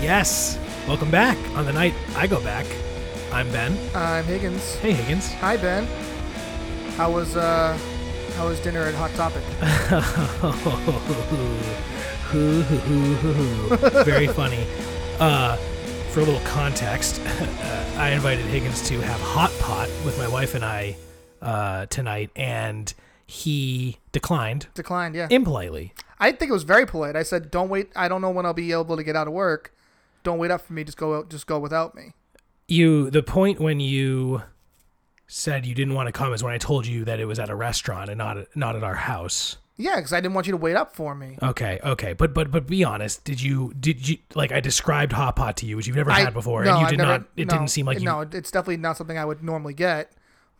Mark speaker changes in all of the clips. Speaker 1: Yes. Welcome back on the night I go back. I'm Ben.
Speaker 2: I'm Higgins.
Speaker 1: Hey Higgins.
Speaker 2: Hi, Ben. How was uh, how was dinner at Hot Topic?
Speaker 1: Very funny. Uh, for a little context, uh, I invited Higgins to have hot pot with my wife and I uh, tonight, and he declined
Speaker 2: Declined. Yeah.
Speaker 1: impolitely.
Speaker 2: I think it was very polite. I said, "Don't wait. I don't know when I'll be able to get out of work. Don't wait up for me. Just go out. Just go without me."
Speaker 1: You the point when you said you didn't want to come is when I told you that it was at a restaurant and not not at our house.
Speaker 2: Yeah, because I didn't want you to wait up for me.
Speaker 1: Okay, okay, but but but be honest. Did you did you like I described hot pot to you, which you've never
Speaker 2: I-
Speaker 1: had before,
Speaker 2: no,
Speaker 1: and you
Speaker 2: I've
Speaker 1: did
Speaker 2: never-
Speaker 1: not. It
Speaker 2: no,
Speaker 1: didn't seem like you.
Speaker 2: No, it's definitely not something I would normally get,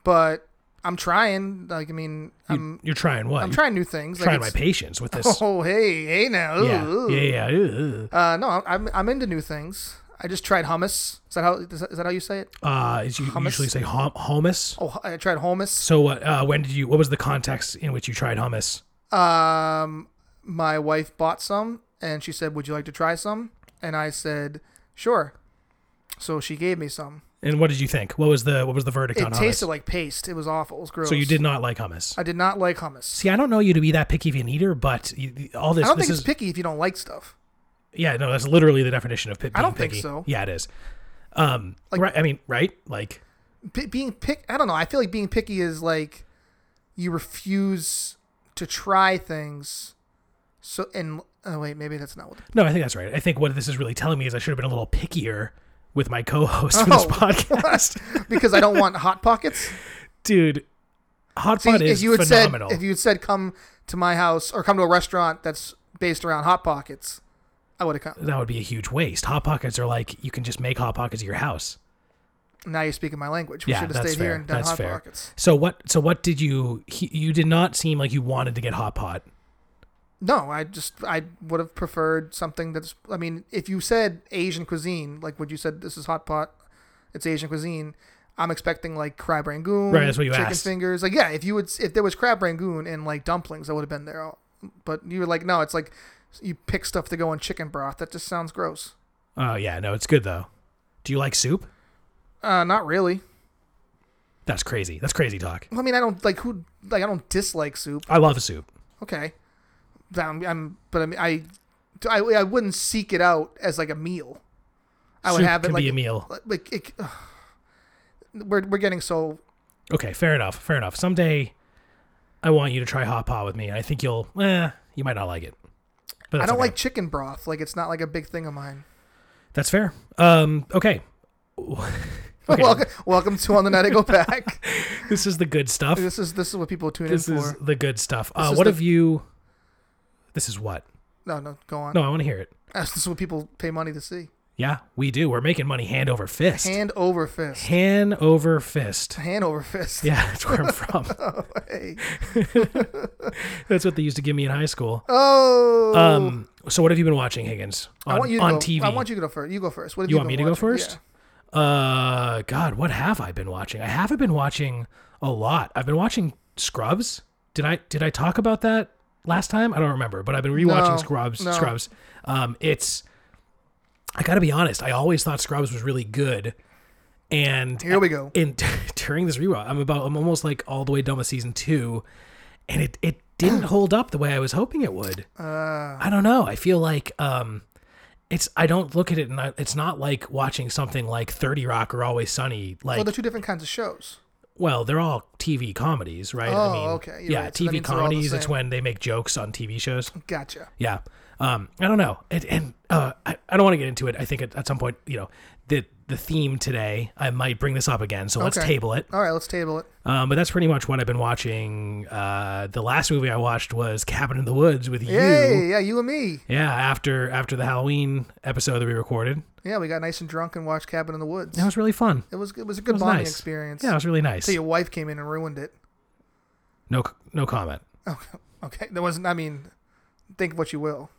Speaker 2: but I'm trying. Like, I mean, I'm
Speaker 1: You're trying what?
Speaker 2: I'm
Speaker 1: You're
Speaker 2: trying new things.
Speaker 1: trying my
Speaker 2: like it's-
Speaker 1: patience with this.
Speaker 2: Oh, hey, hey now. Ooh,
Speaker 1: yeah,
Speaker 2: ooh.
Speaker 1: yeah, yeah, yeah.
Speaker 2: Uh, no, I'm I'm into new things. I just tried hummus. Is that how is that, is that how you say it?
Speaker 1: Uh, is you usually say hum- hummus.
Speaker 2: Oh, I tried hummus.
Speaker 1: So what? Uh, when did you? What was the context in which you tried hummus?
Speaker 2: Um, my wife bought some, and she said, "Would you like to try some?" And I said, "Sure." So she gave me some.
Speaker 1: And what did you think? What was the What was the verdict
Speaker 2: It
Speaker 1: on hummus?
Speaker 2: tasted like paste. It was awful. It was gross.
Speaker 1: so you did not like hummus.
Speaker 2: I did not like hummus.
Speaker 1: See, I don't know you to be that picky of an eater, but you, all this
Speaker 2: I don't
Speaker 1: this
Speaker 2: think
Speaker 1: is
Speaker 2: it's picky if you don't like stuff.
Speaker 1: yeah, no, that's literally the definition of pi- being
Speaker 2: I don't think
Speaker 1: picky.
Speaker 2: so.
Speaker 1: Yeah, it is. Um,
Speaker 2: Like-
Speaker 1: right. I mean, right? Like.
Speaker 2: P- being pick, I don't know. I feel like being picky is like you refuse to try things. So and oh wait, maybe that's not what.
Speaker 1: No, I think that's right. I think what this is really telling me is I should have been a little pickier with my co-host for this
Speaker 2: Oh.
Speaker 1: podcast,
Speaker 2: because I don't want hot pockets.
Speaker 1: dude. Hot
Speaker 2: See,
Speaker 1: pot is
Speaker 2: if you had
Speaker 1: phenomenal.
Speaker 2: said if you had said come to my house or come to a restaurant that's based around hot pockets, I would have come.
Speaker 1: that would be a huge waste. Hot pockets are like you can just make hot pockets at your house.
Speaker 2: Now you're speaking my language. We
Speaker 1: yeah,
Speaker 2: should have
Speaker 1: that's
Speaker 2: stayed
Speaker 1: fair.
Speaker 2: here and done
Speaker 1: that's
Speaker 2: hot
Speaker 1: fair.
Speaker 2: pockets.
Speaker 1: So what? So what did you? He, you did not seem like you wanted to get hot pot.
Speaker 2: No, I just I would have preferred something that's. I mean, if you said Asian cuisine, like what you said, this is hot pot, it's Asian cuisine. I'm expecting like crab rangoon,
Speaker 1: Right, that's what you
Speaker 2: chicken
Speaker 1: asked.
Speaker 2: fingers. Like yeah, if you would, if there was crab rangoon and like dumplings, I would have been there. All, but you were like, no, it's like you pick stuff to go in chicken broth. That just sounds gross.
Speaker 1: Oh yeah, no, it's good though. Do you like soup?
Speaker 2: Uh, not really.
Speaker 1: That's crazy. That's crazy talk.
Speaker 2: I mean, I don't like who like I don't dislike soup.
Speaker 1: I love soup.
Speaker 2: Okay, But I'm, I'm but I mean I, I I wouldn't seek it out as like a meal. I would
Speaker 1: Soup
Speaker 2: have it
Speaker 1: can
Speaker 2: like
Speaker 1: be a meal.
Speaker 2: like it, ugh. we're we're getting so
Speaker 1: Okay, fair enough. Fair enough. Someday, I want you to try hot pot with me. I think you'll. Eh, you might not like it. But
Speaker 2: I
Speaker 1: that's
Speaker 2: don't
Speaker 1: okay.
Speaker 2: like chicken broth. Like it's not like a big thing of mine.
Speaker 1: That's fair. Um, okay. Okay.
Speaker 2: welcome welcome to on the night I go back.
Speaker 1: This is the good stuff.
Speaker 2: this is this is what people tune
Speaker 1: This
Speaker 2: in
Speaker 1: is
Speaker 2: for.
Speaker 1: the good stuff. Uh,
Speaker 2: is
Speaker 1: what
Speaker 2: the-
Speaker 1: have you? This is what?
Speaker 2: No, no, go on.
Speaker 1: No, I want to hear it.
Speaker 2: This is what people pay money to see.
Speaker 1: Yeah, we do. We're making money hand over fist.
Speaker 2: Hand over fist.
Speaker 1: Hand over fist.
Speaker 2: Hand over fist. Oh,
Speaker 1: Yeah, that's where I'm from.
Speaker 2: Hey.
Speaker 1: that's what they used to give me in high school.
Speaker 2: Oh.
Speaker 1: Um, so what have you been watching, Higgins? On,
Speaker 2: I want you to
Speaker 1: on
Speaker 2: go,
Speaker 1: TV.
Speaker 2: I want you to go first. You go first. What have
Speaker 1: You
Speaker 2: you,
Speaker 1: want me
Speaker 2: been
Speaker 1: to go
Speaker 2: watching?
Speaker 1: first? Uh, God, what have I been watching? I haven't been watching a lot. I've been watching Scrubs. Did I did I talk about that last time? I don't remember, but I've been rewatching
Speaker 2: No,
Speaker 1: Scrubs.
Speaker 2: no.
Speaker 1: Scrubs. Um, it's. I gotta be honest. I always thought Scrubs was really good, and
Speaker 2: Here we go.
Speaker 1: and during this rewatch, I'm about I'm almost like all the way done with season two, and it it didn't hold up the way I was hoping it would.
Speaker 2: Uh,
Speaker 1: I don't know. I feel like um, it's I don't look at it and I, it's not like watching something like Thirty Rock or Always Sunny. Like
Speaker 2: Well,
Speaker 1: well,
Speaker 2: they're
Speaker 1: they're,
Speaker 2: two different kinds of shows.
Speaker 1: all TV comedies, right?
Speaker 2: Oh, okay. You're
Speaker 1: yeah,
Speaker 2: right. So that
Speaker 1: TV
Speaker 2: means they're all the
Speaker 1: comedies. It's
Speaker 2: same.
Speaker 1: when they make jokes on TV shows.
Speaker 2: Gotcha.
Speaker 1: Yeah. Um, I don't know. It, and uh, I, I don't want to get into it. I think at, at some point, you know, the the theme today, I might bring this up again. So let's
Speaker 2: Okay.
Speaker 1: table it.
Speaker 2: All right, let's table it.
Speaker 1: Um, but that's pretty much what I've been watching. Uh, the last movie I watched was Cabin in the Woods with you.
Speaker 2: Yay! Yeah, you and me.
Speaker 1: Yeah, after after the Halloween episode that we recorded,
Speaker 2: Yeah, we got nice and drunk and watched Cabin in the Woods.
Speaker 1: that was really fun.
Speaker 2: It was it was a good
Speaker 1: was
Speaker 2: bonding
Speaker 1: nice.
Speaker 2: experience.
Speaker 1: Yeah, it was really nice.
Speaker 2: So your wife came in and ruined it.
Speaker 1: No, no comment.
Speaker 2: Oh, okay. That wasn't. I mean, think what you will.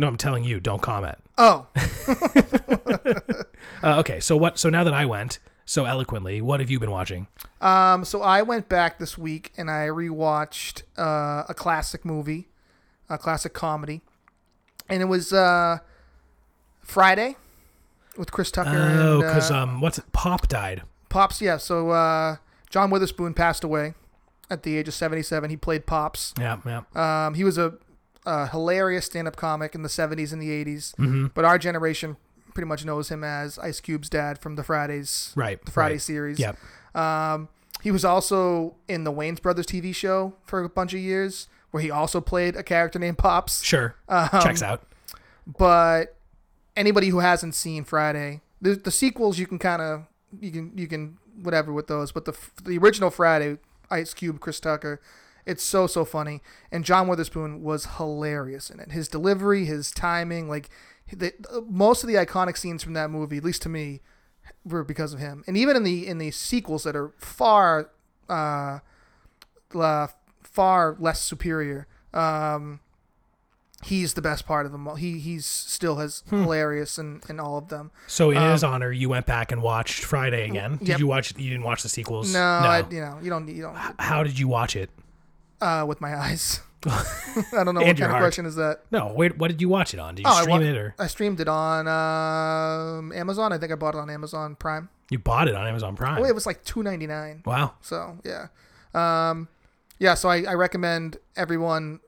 Speaker 1: No, I'm telling you, don't comment.
Speaker 2: Oh,
Speaker 1: Uh, okay, so what? So now that I went so eloquently, what have you been watching?
Speaker 2: um. So I went back this week and I rewatched uh, a classic movie, a classic comedy, and it was uh, Friday. with Chris Tucker.
Speaker 1: Oh,
Speaker 2: and, uh,
Speaker 1: because um, what's it? Pop died.
Speaker 2: Pops, yeah. So uh, John Witherspoon passed away at the age of 77. He played Pops.
Speaker 1: Yeah, yeah.
Speaker 2: Um, he was a, a hilarious stand-up comic in the 70s and the 80s,
Speaker 1: hmm
Speaker 2: but our generation pretty much knows him as Ice Cube's dad from the Fridays,
Speaker 1: Right.
Speaker 2: the Friday
Speaker 1: right.
Speaker 2: series.
Speaker 1: Yep.
Speaker 2: Um, he was also in the Wayne's Brothers TV show for a bunch of years, where he also played a character named Pops.
Speaker 1: Sure.
Speaker 2: Um,
Speaker 1: Checks out.
Speaker 2: But anybody who hasn't seen Friday, the, the sequels you can kind of you can you can whatever with those, but the f- the original Friday, Ice Cube, Chris Tucker, it's so so funny, and John Witherspoon was hilarious in it. His delivery, his timing, like the, most of the iconic scenes from that movie, at least to me, were because of him. And even in the in the sequels that are far, uh, uh far less superior, um, he's the best part of them all. He he's still as
Speaker 1: Hmm.
Speaker 2: hilarious in, in all of them.
Speaker 1: So in his honor, you went back and watched Friday again. Did
Speaker 2: um, yep.
Speaker 1: you watch? You didn't watch the sequels.
Speaker 2: No, I, you know you don't you don't
Speaker 1: H- How did you watch it?
Speaker 2: uh, with my eyes. I don't know
Speaker 1: And
Speaker 2: what kind
Speaker 1: your
Speaker 2: of
Speaker 1: heart.
Speaker 2: question is that.
Speaker 1: No. Wait. What did you watch it on? Did you
Speaker 2: Oh, I
Speaker 1: stream
Speaker 2: wa-
Speaker 1: it or
Speaker 2: I streamed it on um, Amazon. I think I bought it on Amazon Prime.
Speaker 1: you bought it on Amazon Prime?
Speaker 2: Oh, it was like two ninety nine.
Speaker 1: wow.
Speaker 2: So yeah, um, yeah. So I, I recommend everyone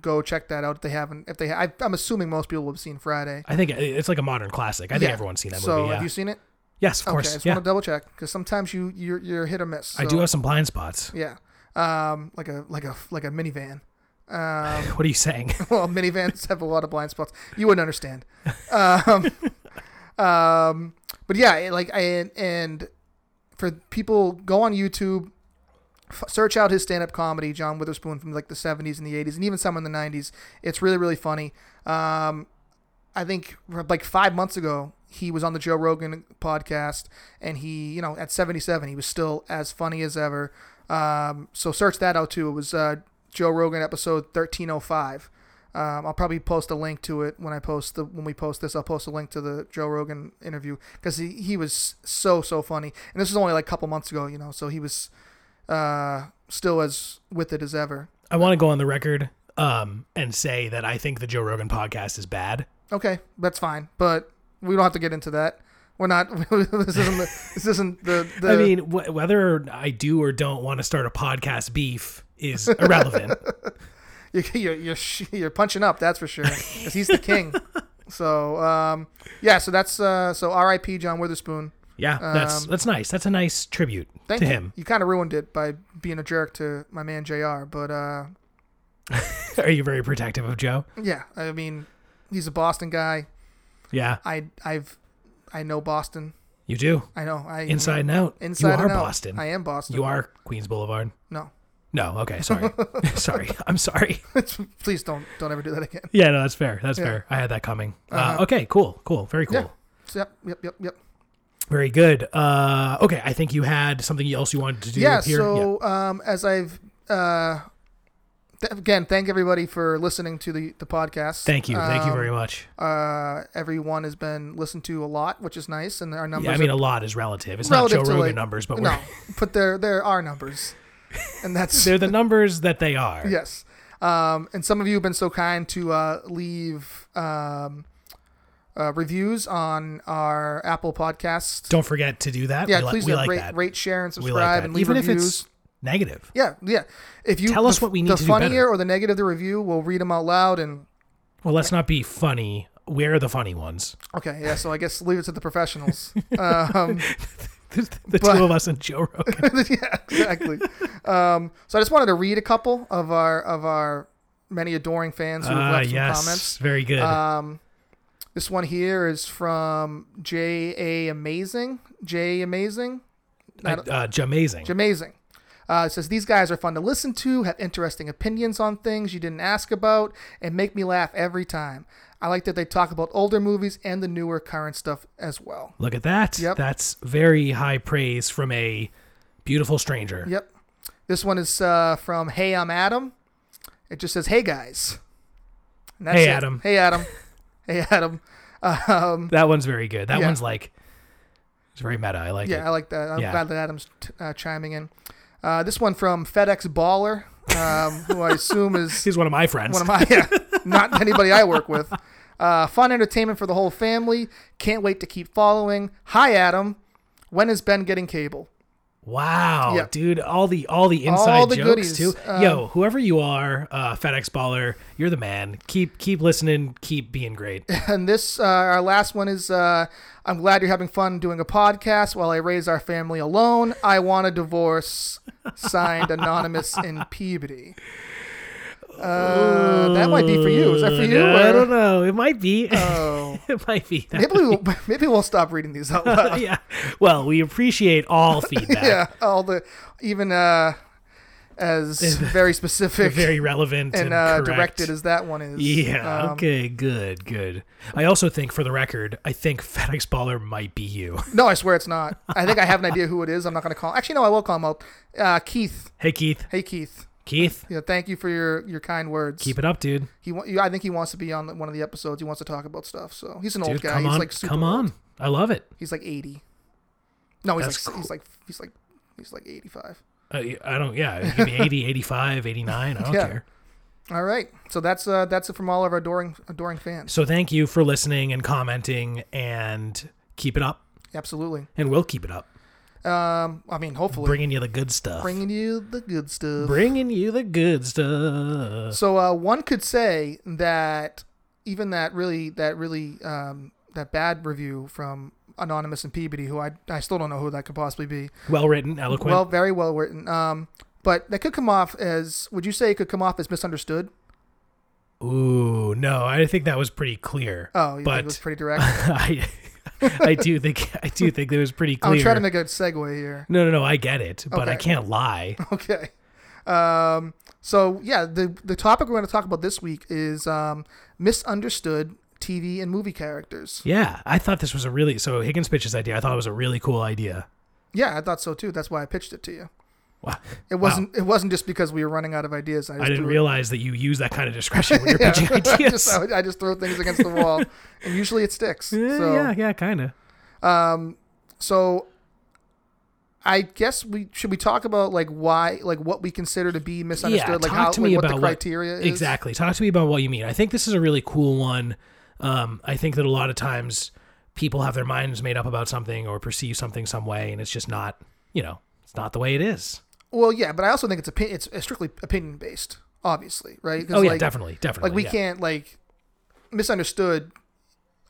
Speaker 2: go check that out if they haven't. If they, I, I'm assuming most people have seen Friday.
Speaker 1: I think it- it's like a modern classic. I think
Speaker 2: Yeah.
Speaker 1: everyone's seen that
Speaker 2: so
Speaker 1: movie. Yeah.
Speaker 2: have you seen it?
Speaker 1: yes, of
Speaker 2: okay, I
Speaker 1: course.
Speaker 2: just
Speaker 1: yeah.
Speaker 2: want to double check because sometimes you you're, you're hit or miss.
Speaker 1: I
Speaker 2: so,
Speaker 1: do have some blind spots.
Speaker 2: yeah, um, like a like a like a minivan. Um,
Speaker 1: What are you saying?
Speaker 2: well, minivans have a lot of blind spots. You wouldn't understand. Um, um, but yeah, it, like I and for people, go on YouTube, f- search out his stand-up comedy, John Witherspoon from like the '70s and the '80s, and even some in the '90s. It's really really funny. Um, I think like five months ago he was on the Joe Rogan podcast, and he you know at 77 he was still as funny as ever. Um, so search that out too. It was uh, Joe Rogan episode 1305. Um, I'll probably post a link to it when I post the when we post this. I'll post a link to the Joe Rogan interview because he, he was so so funny, and this was only like a couple months ago, you know. So he was uh, still as with it as ever.
Speaker 1: I want to go on the record um, and say that I think the Joe Rogan podcast is bad.
Speaker 2: Okay, that's fine, but we don't have to get into that. We're not. this isn't. The, this isn't the. the
Speaker 1: I mean, wh- whether I do or don't want to start a podcast beef is irrelevant.
Speaker 2: you're you're, you're, sh- you're punching up. That's for sure. 'cause he's the king. so um, yeah. So that's uh, so R.I.P. John Witherspoon.
Speaker 1: yeah, that's that's nice. That's a nice tribute
Speaker 2: Um, Thank
Speaker 1: to
Speaker 2: you.
Speaker 1: him.
Speaker 2: You kind of ruined it by being a jerk to my man Jr. But uh,
Speaker 1: Are you very protective of Joe?
Speaker 2: yeah, I mean, he's a Boston guy.
Speaker 1: Yeah,
Speaker 2: I I've I know Boston.
Speaker 1: you do.
Speaker 2: I know. I
Speaker 1: Inside and out.
Speaker 2: Inside
Speaker 1: you are
Speaker 2: and out.
Speaker 1: Boston.
Speaker 2: I am Boston.
Speaker 1: you are Queens Boulevard.
Speaker 2: No,
Speaker 1: No, okay, sorry. sorry. I'm sorry.
Speaker 2: please don't don't ever do that again.
Speaker 1: Yeah, no, that's fair. That's
Speaker 2: Yeah. Uh-huh.
Speaker 1: fair. I had that coming. Uh, okay, cool, cool. Very cool.
Speaker 2: Yeah. So, yep. Yep. Yep. Yep.
Speaker 1: Very good. Uh, okay, I think you had something else you wanted to do
Speaker 2: yeah
Speaker 1: here.
Speaker 2: so um as i've uh th- again thank everybody for listening to the the podcast
Speaker 1: Thank you. Thank you
Speaker 2: Um,
Speaker 1: very much.
Speaker 2: uh everyone has been listened to a lot which is nice and our numbers
Speaker 1: Yeah, I mean,
Speaker 2: are
Speaker 1: a lot is relative. It's not
Speaker 2: relative
Speaker 1: Joe
Speaker 2: to
Speaker 1: Rogan
Speaker 2: like,
Speaker 1: numbers, but
Speaker 2: no
Speaker 1: we're,
Speaker 2: but there there are numbers and that's
Speaker 1: they're the numbers that they are.
Speaker 2: yes um and some of you have been so kind to uh leave um uh, reviews on our Apple podcast.
Speaker 1: Don't forget to do that.
Speaker 2: yeah,
Speaker 1: we, li-
Speaker 2: please
Speaker 1: we
Speaker 2: uh,
Speaker 1: like
Speaker 2: rate,
Speaker 1: that.
Speaker 2: rate, share, and
Speaker 1: we
Speaker 2: subscribe,
Speaker 1: like that.
Speaker 2: and leave
Speaker 1: Even
Speaker 2: reviews.
Speaker 1: if it's negative.
Speaker 2: Yeah, yeah. If you
Speaker 1: Tell us
Speaker 2: the-
Speaker 1: what we need
Speaker 2: the
Speaker 1: to do
Speaker 2: funnier
Speaker 1: better.
Speaker 2: or the negative the review, we'll read them out loud and
Speaker 1: Well, let's not be funny. Where are the funny ones?
Speaker 2: okay, yeah. So I guess leave it to the professionals. um,
Speaker 1: the
Speaker 2: But-
Speaker 1: two of us and Joe Rogan.
Speaker 2: yeah, exactly. Um, so I just wanted to read a couple of our of our many adoring fans who have
Speaker 1: Ah,
Speaker 2: left some
Speaker 1: yes.
Speaker 2: comments.
Speaker 1: Very good.
Speaker 2: Um, this one here is from J A Amazing. J Amazing.
Speaker 1: I-
Speaker 2: I don't-
Speaker 1: uh, amazing.
Speaker 2: Amazing. Uh, it says these guys are fun to listen to, have interesting opinions on things you didn't ask about, and make me laugh every time. I like that they talk about older movies and the newer current stuff as well.
Speaker 1: Look at that.
Speaker 2: Yep.
Speaker 1: That's very high praise from a beautiful stranger.
Speaker 2: Yep. This one is uh, from Hey, I'm Adam. It just says Hey guys. And that's
Speaker 1: Hey,
Speaker 2: it.
Speaker 1: Adam.
Speaker 2: Hey Adam. hey Adam. Um,
Speaker 1: That one's very good. That
Speaker 2: Yeah.
Speaker 1: one's like it's very meta. I like
Speaker 2: yeah, I
Speaker 1: it.
Speaker 2: like that. I'm
Speaker 1: Yeah.
Speaker 2: glad that Adam's t- uh, chiming in. Uh, this one from FedEx Baller, um, who I assume is
Speaker 1: He's one of my friends.
Speaker 2: one of my yeah, not anybody I work with. Uh, fun entertainment for the whole family. Can't wait to keep following. Hi, Adam. When is Ben getting cable?
Speaker 1: Wow,
Speaker 2: Yep.
Speaker 1: dude! All the all the inside
Speaker 2: All the
Speaker 1: jokes
Speaker 2: goodies, uh,
Speaker 1: too. Yo, whoever you are, uh, FedEx baller, you're the man. Keep keep listening. Keep being great.
Speaker 2: And this, uh, our last one is uh, I'm glad you're having fun doing a podcast while I raise our family alone. I want a divorce. Signed Anonymous in Peabody. Uh, that might be for you. Is that for you?
Speaker 1: Uh, I
Speaker 2: or-
Speaker 1: don't know. It might be.
Speaker 2: Oh.
Speaker 1: it might be. That-
Speaker 2: Maybe we'll, maybe we'll stop reading these out loud.
Speaker 1: yeah. Well, we appreciate all feedback.
Speaker 2: yeah, all the even uh, as very specific
Speaker 1: Very relevant and,
Speaker 2: and uh,
Speaker 1: correct.
Speaker 2: directed as that one is.
Speaker 1: Yeah.
Speaker 2: Um,
Speaker 1: okay. Good. Good. I also think, for the record, I think FedEx Baller might be you.
Speaker 2: No, I swear it's not. I think I have an idea who it is. I'm not going to call. Actually, no, I will call him out. Uh, Keith.
Speaker 1: Hey, Keith.
Speaker 2: Hey, Keith.
Speaker 1: Keith,
Speaker 2: Yeah, thank you for your, your kind words.
Speaker 1: keep it up, dude.
Speaker 2: He, wa- I think he wants to be on one of the episodes. He wants to talk about stuff. So he's an old
Speaker 1: Dude,
Speaker 2: guy.
Speaker 1: come
Speaker 2: he's
Speaker 1: on.
Speaker 2: like super
Speaker 1: come
Speaker 2: old.
Speaker 1: on. I love it.
Speaker 2: He's like 80. No, he's like,
Speaker 1: That's
Speaker 2: s- he's like he's like he's like 85.
Speaker 1: I, I don't. Yeah. You can be 80, 85, 89. I don't
Speaker 2: Yeah.
Speaker 1: care.
Speaker 2: All right. So that's uh that's it from all of our adoring adoring fans.
Speaker 1: So thank you for listening and commenting, and keep it up.
Speaker 2: Absolutely.
Speaker 1: And we'll keep it up,
Speaker 2: Um I mean, hopefully
Speaker 1: bringing you the good stuff.
Speaker 2: bringing you the good stuff.
Speaker 1: bringing you the good stuff.
Speaker 2: So uh, one could say that even that really that really um, that bad review from Anonymous and Peabody, who I I still don't know who that could possibly be.
Speaker 1: Well written, eloquent.
Speaker 2: Well, very well written. Um, but that could come off as would you say it could come off as misunderstood?
Speaker 1: Ooh, no, I think that was pretty clear.
Speaker 2: Oh, you think it
Speaker 1: but
Speaker 2: was pretty direct.
Speaker 1: I, I do think I do think that was pretty
Speaker 2: I'm
Speaker 1: clear.
Speaker 2: trying to make a segue here.
Speaker 1: no, no, no, I get it, but I
Speaker 2: Okay.
Speaker 1: can't lie.
Speaker 2: Okay. Um, so yeah, the the topic we're going to talk about this week is um, misunderstood TV and movie characters.
Speaker 1: Yeah, I thought this was a really so Higgins pitched this idea. I thought it was a really cool idea.
Speaker 2: Yeah, I thought so too. That's why I pitched it to you.
Speaker 1: Wow.
Speaker 2: It wasn't. It wasn't just because we were running out of ideas. I, just
Speaker 1: I didn't
Speaker 2: threw,
Speaker 1: realize that you use that kind of discretion when you're pitching
Speaker 2: I
Speaker 1: ideas.
Speaker 2: just, I just throw things against the wall, and usually it sticks.
Speaker 1: yeah,
Speaker 2: so,
Speaker 1: yeah, yeah, kind of.
Speaker 2: so I guess we should we talk about like why, like what we consider to be misunderstood,
Speaker 1: Yeah,
Speaker 2: like
Speaker 1: talk
Speaker 2: how,
Speaker 1: to me
Speaker 2: like, what
Speaker 1: about
Speaker 2: the
Speaker 1: what-
Speaker 2: criteria is.
Speaker 1: Exactly. Talk to me about what you mean. I think this is a really cool one. Um, I think that a lot of times people have their minds made up about something or perceive something some way, and it's just not, you know, it's not the way it is.
Speaker 2: Well, yeah, but I also think it's opi- it's strictly opinion based, obviously, right? 'Cause,
Speaker 1: Oh yeah,
Speaker 2: like,
Speaker 1: definitely, definitely.
Speaker 2: Like we
Speaker 1: yeah.
Speaker 2: can't like misunderstood.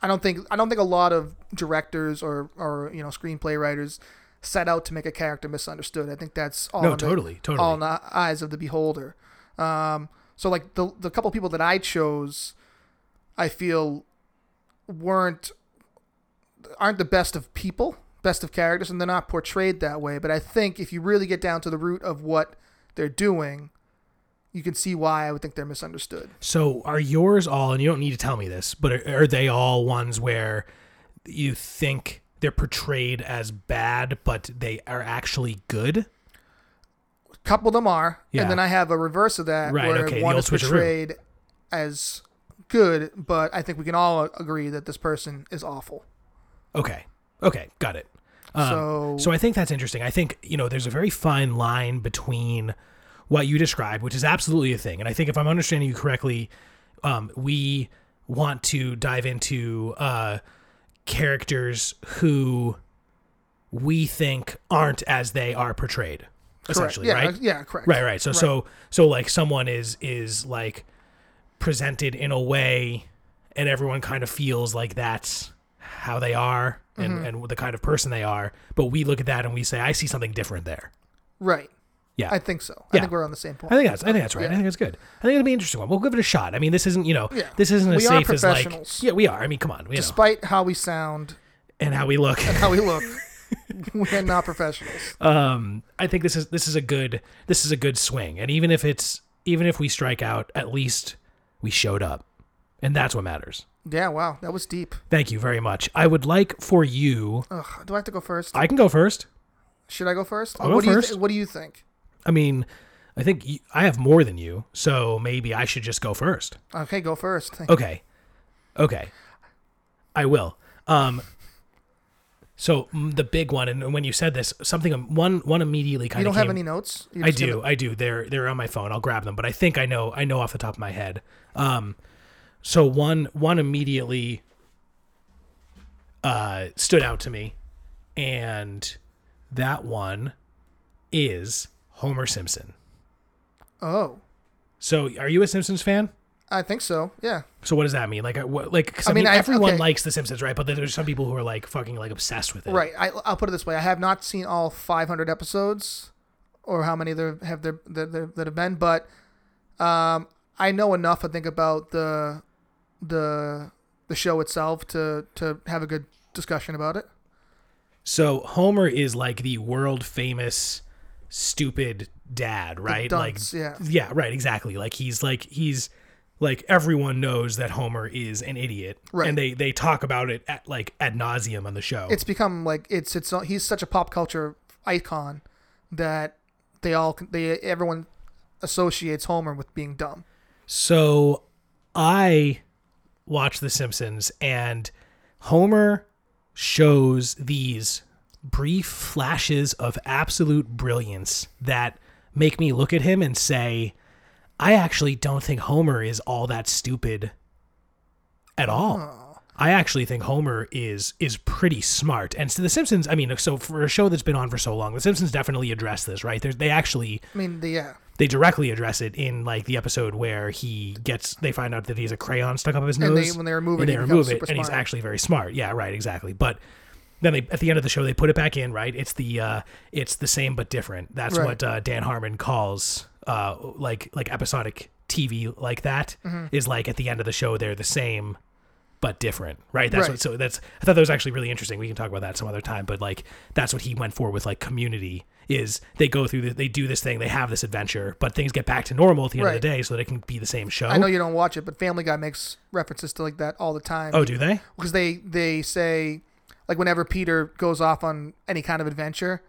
Speaker 2: I don't think I don't think a lot of directors or or you know screenplay writers set out to make a character misunderstood. I think that's all.
Speaker 1: No,
Speaker 2: in the-
Speaker 1: totally, totally.
Speaker 2: all in the eyes of the beholder. Um, so like the the couple people that I chose, I feel weren't aren't the best of people, best of characters, and they're not portrayed that way. But I think if you really get down to the root of what they're doing, you can see why I would think they're misunderstood.
Speaker 1: So are yours all, and you don't need to tell me this, but are, are they all ones where you think they're portrayed as bad, but they are actually good?
Speaker 2: couple of them are,
Speaker 1: Yeah.
Speaker 2: and then I have a reverse of that
Speaker 1: Right,
Speaker 2: where
Speaker 1: okay, the
Speaker 2: one
Speaker 1: old
Speaker 2: is
Speaker 1: switcheroo.
Speaker 2: portrayed as good, but I think we can all agree that this person is awful.
Speaker 1: Okay, okay, got it. Um,
Speaker 2: so,
Speaker 1: So I think that's interesting. I think, you know, there's a very fine line between what you described, which is absolutely a thing. And I think if I'm understanding you correctly, um, we want to dive into uh, characters who we think aren't as they are portrayed, essentially,
Speaker 2: correct.
Speaker 1: right?
Speaker 2: yeah, uh, yeah, correct.
Speaker 1: right right so so so like someone is is like presented in a way and everyone kind of feels like that's how they are and
Speaker 2: Mm-hmm.
Speaker 1: and the kind of person they are but we look at that and we say i see something different there
Speaker 2: Right.
Speaker 1: Yeah.
Speaker 2: I think so. I
Speaker 1: Yeah.
Speaker 2: think we're on the same point.
Speaker 1: i think that's i think that's right i think that's good i think it'll be an interesting one we'll give it a shot i mean this isn't you know
Speaker 2: Yeah.
Speaker 1: this isn't as
Speaker 2: We are
Speaker 1: safe as like
Speaker 2: professionals.
Speaker 1: yeah we are i mean come on you know,
Speaker 2: Despite how we sound,
Speaker 1: and how we look
Speaker 2: how we look, we're not professionals.
Speaker 1: um i think this is this is a good this is a good swing and even if it's even if we strike out at least we showed up and that's what matters
Speaker 2: Yeah, wow, that was deep.
Speaker 1: Thank you very much. I would like for you.
Speaker 2: Ugh, do I have to go first?
Speaker 1: I can go first.
Speaker 2: Should I go first?
Speaker 1: go
Speaker 2: what do You
Speaker 1: first.
Speaker 2: th- what do you think?
Speaker 1: I mean, I think you, I have more than you, so maybe I should just go first.
Speaker 2: Okay, go first. Thank-
Speaker 1: Okay. Okay. I will. Um so mm, the big one and when you said this, something um, one one immediately kind
Speaker 2: You
Speaker 1: of
Speaker 2: don't
Speaker 1: came,
Speaker 2: have any notes? You're
Speaker 1: I
Speaker 2: just
Speaker 1: do,
Speaker 2: gonna-
Speaker 1: I do. They're they're on my phone. I'll grab them, but I think I know I know off the top of my head. Um, So one one immediately uh, stood out to me, and that one is Homer Simpson.
Speaker 2: Oh,
Speaker 1: So are you a Simpsons fan?
Speaker 2: I think so. Yeah.
Speaker 1: So what does that mean? Like, I- what, like 'cause I,
Speaker 2: I
Speaker 1: mean,
Speaker 2: mean, I-
Speaker 1: everyone
Speaker 2: okay.
Speaker 1: likes The Simpsons, right? But then there's some people who are like fucking like obsessed with it.
Speaker 2: Right. I, I'll put it this way: I have not seen all 500 episodes, or how many there have there that, that that have been, but um, I know enough. I think about the the the show itself to to have a good discussion about it.
Speaker 1: So Homer is like the world famous stupid dad, right? Like
Speaker 2: dunce, yeah.
Speaker 1: Yeah, right, exactly. Like he's like he's like everyone knows that Homer is an idiot.
Speaker 2: Right.
Speaker 1: And they they talk about it at like ad nauseum on the show.
Speaker 2: It's become like it's it's he's such a pop culture icon that they all they everyone associates Homer with being dumb.
Speaker 1: So I watch The Simpsons and Homer shows these brief flashes of absolute brilliance that make me look at him and say, I actually don't think Homer is all that stupid at all. I actually think Homer is is pretty smart. And so The Simpsons, I mean, so for a show that's been on for so long, The Simpsons definitely address this, right? There's, they actually
Speaker 2: I mean, the, yeah,
Speaker 1: they directly address it in like the episode where he gets they find out that he has a crayon stuck up his
Speaker 2: And
Speaker 1: nose
Speaker 2: they- when they remove it,
Speaker 1: and
Speaker 2: he
Speaker 1: they
Speaker 2: becomes
Speaker 1: remove it
Speaker 2: super
Speaker 1: and he's
Speaker 2: smart.
Speaker 1: actually very smart yeah right exactly but then they at the end of the show they put it back in right it's the uh it's the same but different that's
Speaker 2: Right.
Speaker 1: what uh, Dan Harmon calls uh like like episodic TV like that is
Speaker 2: Mm-hmm.
Speaker 1: like at the end of the show they're the same but different right that's
Speaker 2: Right.
Speaker 1: what so that's i thought that was actually really interesting we can talk about that some other time but like that's what he went for with like community is they go through the, they do this thing they have this adventure but things get back to normal at the end of the
Speaker 2: Right.
Speaker 1: day so that it can be the same show
Speaker 2: I know you don't watch it, but Family Guy makes references to like that all the time.
Speaker 1: oh do they
Speaker 2: because they they say like whenever Peter goes off on any kind of adventure,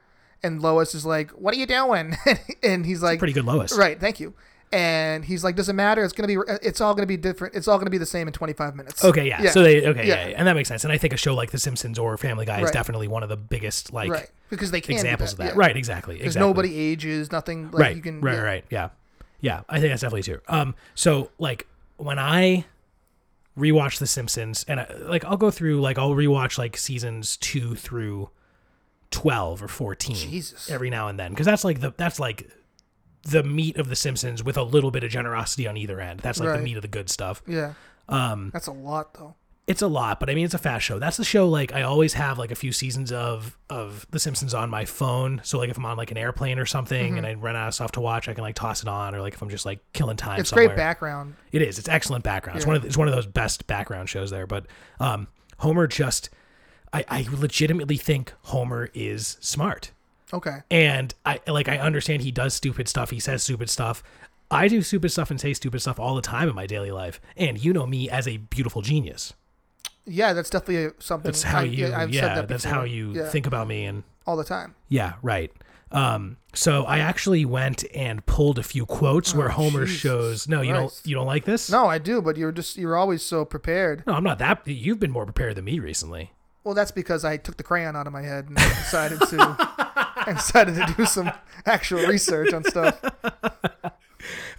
Speaker 2: and Lois is like, "What are you doing?" and he's like,
Speaker 1: pretty good lois
Speaker 2: "Right, thank you." And he's like, "Doesn't matter. It's gonna be. It's all gonna be different. It's all gonna be the same in 25 minutes."
Speaker 1: okay yeah.
Speaker 2: Yeah.
Speaker 1: so they okay yeah.
Speaker 2: Yeah.
Speaker 1: and that makes sense and i think a show like the simpsons or family guy is
Speaker 2: Right.
Speaker 1: definitely one of the biggest like
Speaker 2: right? Because they can do
Speaker 1: examples of that
Speaker 2: yeah.
Speaker 1: right exactly
Speaker 2: There's
Speaker 1: exactly
Speaker 2: nobody ages, nothing. Like,
Speaker 1: right
Speaker 2: You can,
Speaker 1: right
Speaker 2: yeah.
Speaker 1: right yeah yeah i think that's definitely true um so like when i rewatch the simpsons and I, like i'll go through like i'll rewatch like seasons 2 through 12 or 14
Speaker 2: Jesus.
Speaker 1: every now and then because that's like the that's like the meat of the simpsons with a little bit of generosity on either end that's like
Speaker 2: Right.
Speaker 1: the meat of the good stuff
Speaker 2: Yeah.
Speaker 1: um
Speaker 2: That's a lot, though.
Speaker 1: it's a lot, but I mean it's a fast show. That's the show like I always have like a few seasons of of The Simpsons on my phone. So like if I'm on like an airplane or something and I
Speaker 2: Mm-hmm.
Speaker 1: run out of stuff to watch, I can like toss it on or like if I'm just like killing time
Speaker 2: It's
Speaker 1: somewhere.
Speaker 2: great background.
Speaker 1: It is. It's excellent background. It's one of the, it's one of those best background shows there. But um, Homer just, I, I legitimately think Homer is smart,
Speaker 2: Okay.
Speaker 1: and I like I understand he does stupid stuff. He says stupid stuff. I do stupid stuff and say stupid stuff all the time in my daily life. And you know me as a beautiful genius.
Speaker 2: Yeah, that's definitely something.
Speaker 1: That's how
Speaker 2: I,
Speaker 1: you.
Speaker 2: I've
Speaker 1: yeah,
Speaker 2: said that
Speaker 1: that's
Speaker 2: before.
Speaker 1: how you
Speaker 2: Yeah,
Speaker 1: think about me and
Speaker 2: all the time.
Speaker 1: yeah, right. Um, so I actually went and pulled a few quotes where Homer
Speaker 2: Oh, Jesus
Speaker 1: shows. No, you don't.
Speaker 2: Christ.
Speaker 1: You don't like this.
Speaker 2: No, I do, but you're just you're always so prepared.
Speaker 1: no, I'm not that. You've been more prepared than me recently.
Speaker 2: Well, that's because I took the crayon out of my head and I decided to I decided to do some actual research on stuff.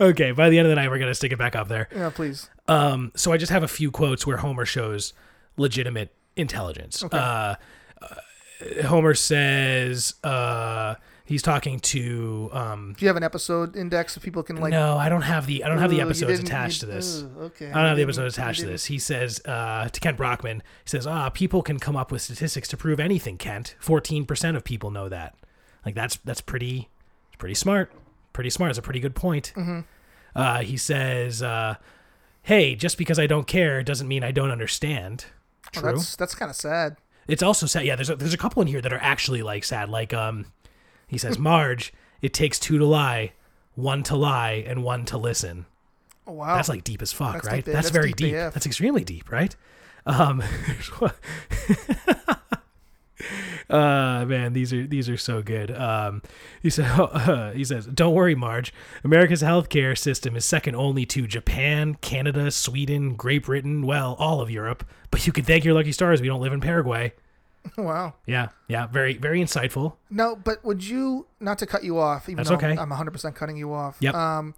Speaker 1: okay, by the end of the night, we're going to stick it back up there.
Speaker 2: Yeah, please.
Speaker 1: Um, so I just have a few quotes where Homer shows legitimate intelligence. Uh, uh, Homer says uh, he's talking to. Um,
Speaker 2: Do you have an episode index so people can like?
Speaker 1: no, I don't have the. I don't have
Speaker 2: "Ooh,
Speaker 1: the
Speaker 2: you
Speaker 1: episodes
Speaker 2: didn't-
Speaker 1: attached
Speaker 2: you-
Speaker 1: to this.
Speaker 2: ooh, okay.
Speaker 1: I don't have the
Speaker 2: You didn't-
Speaker 1: episode
Speaker 2: you
Speaker 1: attached to
Speaker 2: didn't-
Speaker 1: this. He says uh, to Kent Brockman. He says, "Ah, people can come up with statistics to prove anything. Kent, fourteen percent of people know that. Like that's that's pretty, it's pretty smart. Pretty smart. It's a pretty good point." Uh, he says, uh, "Hey, just because I don't care doesn't mean I don't understand."
Speaker 2: Oh,
Speaker 1: True.
Speaker 2: that's that's kind of sad.
Speaker 1: It's also sad. Yeah, there's a, there's a couple in here that are actually like sad. Like um, he says, "Marge, it takes two to lie, one to lie, and one to listen."
Speaker 2: Oh, wow.
Speaker 1: That's like deep as fuck,
Speaker 2: That's
Speaker 1: right?
Speaker 2: deep,
Speaker 1: that's,
Speaker 2: that's
Speaker 1: very
Speaker 2: deep
Speaker 1: deep.
Speaker 2: AF.
Speaker 1: That's extremely deep, right? Um, there's one- uh, man, these are these are so good. Um, he said he says, "Don't worry, Marge. America's healthcare system is second only to Japan, Canada, Sweden, Great Britain, well, all of Europe. But you can thank your lucky stars we don't live in Paraguay."
Speaker 2: wow.
Speaker 1: Yeah, yeah, very very insightful.
Speaker 2: No, but would you not to cut you off? Even
Speaker 1: That's
Speaker 2: though
Speaker 1: okay.
Speaker 2: I'm 100 percent cutting you off.
Speaker 1: Yep.
Speaker 2: Um,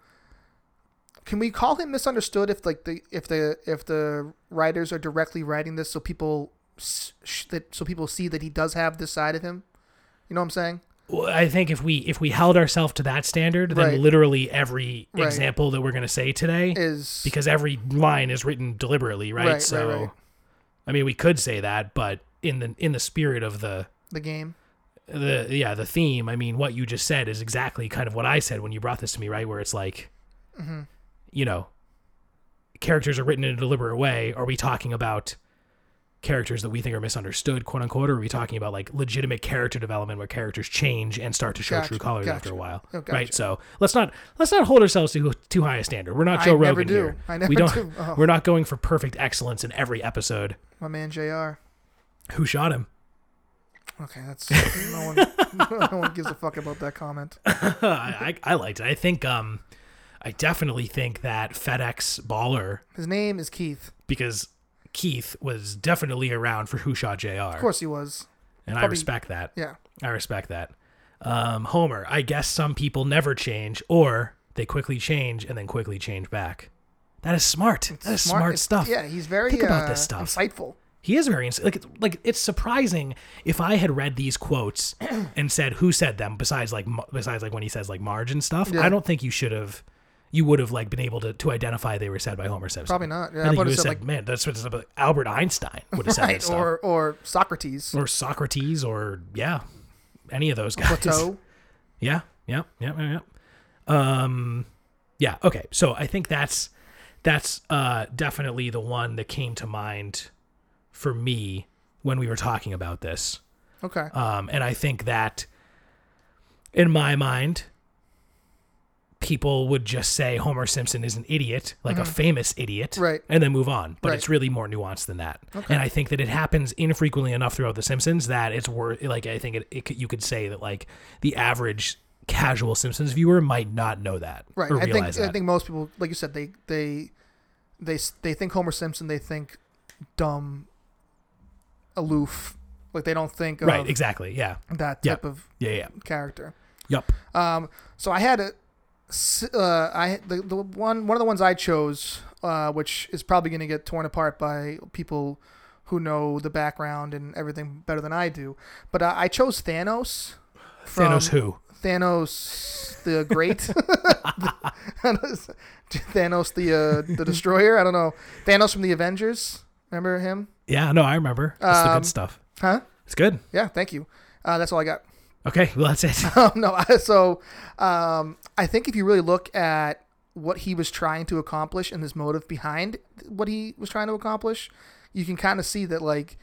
Speaker 2: Can we call him misunderstood if like the if the if the writers are directly writing this so people s- sh- that so people see that he does have this side of him? You know what I'm saying?
Speaker 1: Well, I think if we if we held ourselves to that standard, then
Speaker 2: Right.
Speaker 1: literally every
Speaker 2: Right.
Speaker 1: example that we're going to say today,
Speaker 2: Is
Speaker 1: because every line is written deliberately, right?
Speaker 2: Right, right,
Speaker 1: so,
Speaker 2: right.
Speaker 1: I mean, we could say that, but in the in the spirit of the
Speaker 2: the game?
Speaker 1: the yeah the theme, I mean, what you just said is exactly kind of what I said when you brought this to me, right? Where it's like,
Speaker 2: Mm-hmm.
Speaker 1: you know, characters are written in a deliberate way. Are we talking about? characters that we think are misunderstood quote unquote or are we talking about like legitimate character development where characters change and start to show
Speaker 2: Gotcha,
Speaker 1: true colors
Speaker 2: gotcha.
Speaker 1: after a while
Speaker 2: Oh,
Speaker 1: right
Speaker 2: gotcha.
Speaker 1: so let's not let's not hold ourselves to too high a standard we're not
Speaker 2: I
Speaker 1: joe
Speaker 2: never
Speaker 1: rogan
Speaker 2: do.
Speaker 1: here
Speaker 2: I never
Speaker 1: we don't
Speaker 2: do. Oh.
Speaker 1: we're not going for perfect excellence in every episode
Speaker 2: My man Jr.
Speaker 1: who shot him
Speaker 2: Okay, that's no one. no one gives a fuck about that comment.
Speaker 1: I, I I liked it i think um i definitely think that fedex baller
Speaker 2: His name is Keith.
Speaker 1: because keith was definitely around for who shot jr
Speaker 2: Of course, he was.
Speaker 1: and i
Speaker 2: probably-
Speaker 1: respect that
Speaker 2: Yeah.
Speaker 1: I respect that. Um, Homer, I guess some people never change, or they quickly change and then quickly change back. That is smart. that is smart,
Speaker 2: it's-
Speaker 1: stuff.
Speaker 2: Yeah, he's very
Speaker 1: Think about this
Speaker 2: uh,
Speaker 1: stuff.
Speaker 2: insightful.
Speaker 1: He is very ins- like it's- like it's surprising if I had read these quotes and said who said them besides like Mar- besides like when he says like Marge and stuff.
Speaker 2: Yeah.
Speaker 1: I don't think you should have you would have like been able to, to identify they were said by Homer Simpson.
Speaker 2: Probably not. Yeah,
Speaker 1: I
Speaker 2: I
Speaker 1: think you
Speaker 2: would've
Speaker 1: would have
Speaker 2: said,
Speaker 1: said,
Speaker 2: like-
Speaker 1: man, that's what like, Albert Einstein would have said that
Speaker 2: Right,
Speaker 1: stuff.
Speaker 2: or or Socrates,
Speaker 1: or Socrates or yeah, any of those guys.
Speaker 2: Plato.
Speaker 1: Yeah, yeah, yeah, yeah, yeah. Um, yeah. Okay, so I think that's that's uh, definitely the one that came to mind for me when we were talking about this.
Speaker 2: Okay.
Speaker 1: Um, and I think that in my mind, people would just say Homer Simpson is an idiot, like a famous idiot,
Speaker 2: Mm-hmm. Right.
Speaker 1: and then move on. But
Speaker 2: Right.
Speaker 1: it's really more nuanced than that. And I think that it happens infrequently enough throughout The Simpsons that it's worth, like, I think it, it, could- you could say that, like, the average casual Simpsons viewer might not know that
Speaker 2: right.
Speaker 1: or
Speaker 2: I think
Speaker 1: realize that.
Speaker 2: I think most people, like you said, they they they s- they think Homer Simpson. They think dumb, aloof. Like they don't think of
Speaker 1: right, exactly. Yeah.
Speaker 2: that
Speaker 1: Yeah.
Speaker 2: type of
Speaker 1: Yeah, yeah.
Speaker 2: character.
Speaker 1: Yup.
Speaker 2: Um, so I had a, s- uh, I the, the one one of the ones I chose, uh, which is probably going to get torn apart by people who know the background and everything better than I do. But uh, I chose Thanos. From
Speaker 1: Thanos who?
Speaker 2: Thanos the Great. Thanos the uh, the Destroyer. I don't know. Thanos from the Avengers. Remember him?
Speaker 1: Yeah, no, I remember. That's the
Speaker 2: Um,
Speaker 1: good stuff.
Speaker 2: Huh?
Speaker 1: It's good.
Speaker 2: Yeah. Thank you. Uh, that's all I got.
Speaker 1: Okay, well, that's it.
Speaker 2: Um, no, I- so um, I think if you really look at what he was trying to accomplish and his motive behind what he was trying to accomplish, you can kind of see that like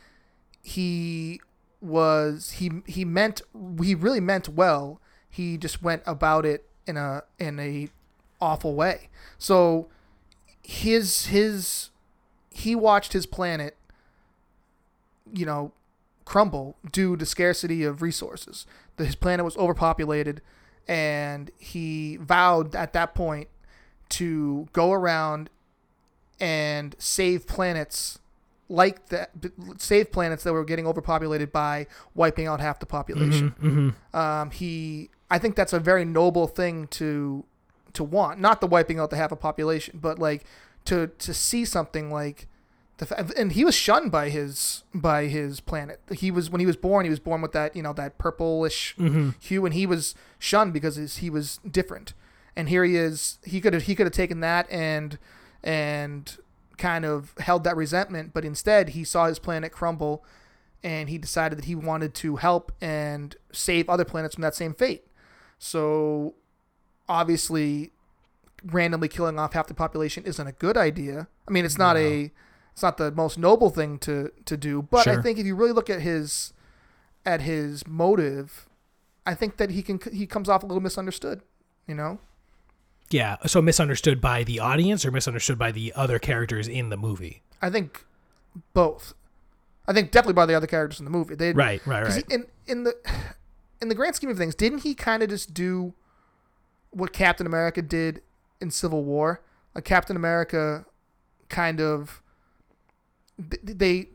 Speaker 2: he was he he meant he really meant well. He just went about it in a in a awful way. So his his he watched his planet, you know, crumble due to scarcity of resources. The, his planet was overpopulated, and he vowed at that point to go around and save planets like that, save planets that were getting overpopulated by wiping out half the population.
Speaker 1: Mm-hmm,
Speaker 2: Um, he, I think that's a very noble thing to to want, not the wiping out the half a population, but like to to see something like the fa- and he was shunned by his by his planet. He was when he was born, he was born with that you know that purplish
Speaker 1: mm-hmm.
Speaker 2: hue, and he was shunned because his, he was different. And here he is. He could have he could have taken that and and kind of held that resentment, but instead he saw his planet crumble, and he decided that he wanted to help and save other planets from that same fate. So obviously randomly killing off half the population isn't a good idea. I mean, it's not a it's not the most noble thing to to do, but I
Speaker 1: Sure.
Speaker 2: think if you really look at his at his motive, I think that he can he comes off a little misunderstood, you know?
Speaker 1: Yeah, so misunderstood by the audience or misunderstood by the other characters in the movie.
Speaker 2: I think both. I think definitely by the other characters in the movie. They
Speaker 1: Right, right,
Speaker 2: 'Cause
Speaker 1: right.
Speaker 2: he- in in the in the grand scheme of things, didn't he kind of just do what Captain America did in Civil War? Like Captain America, kind of th- they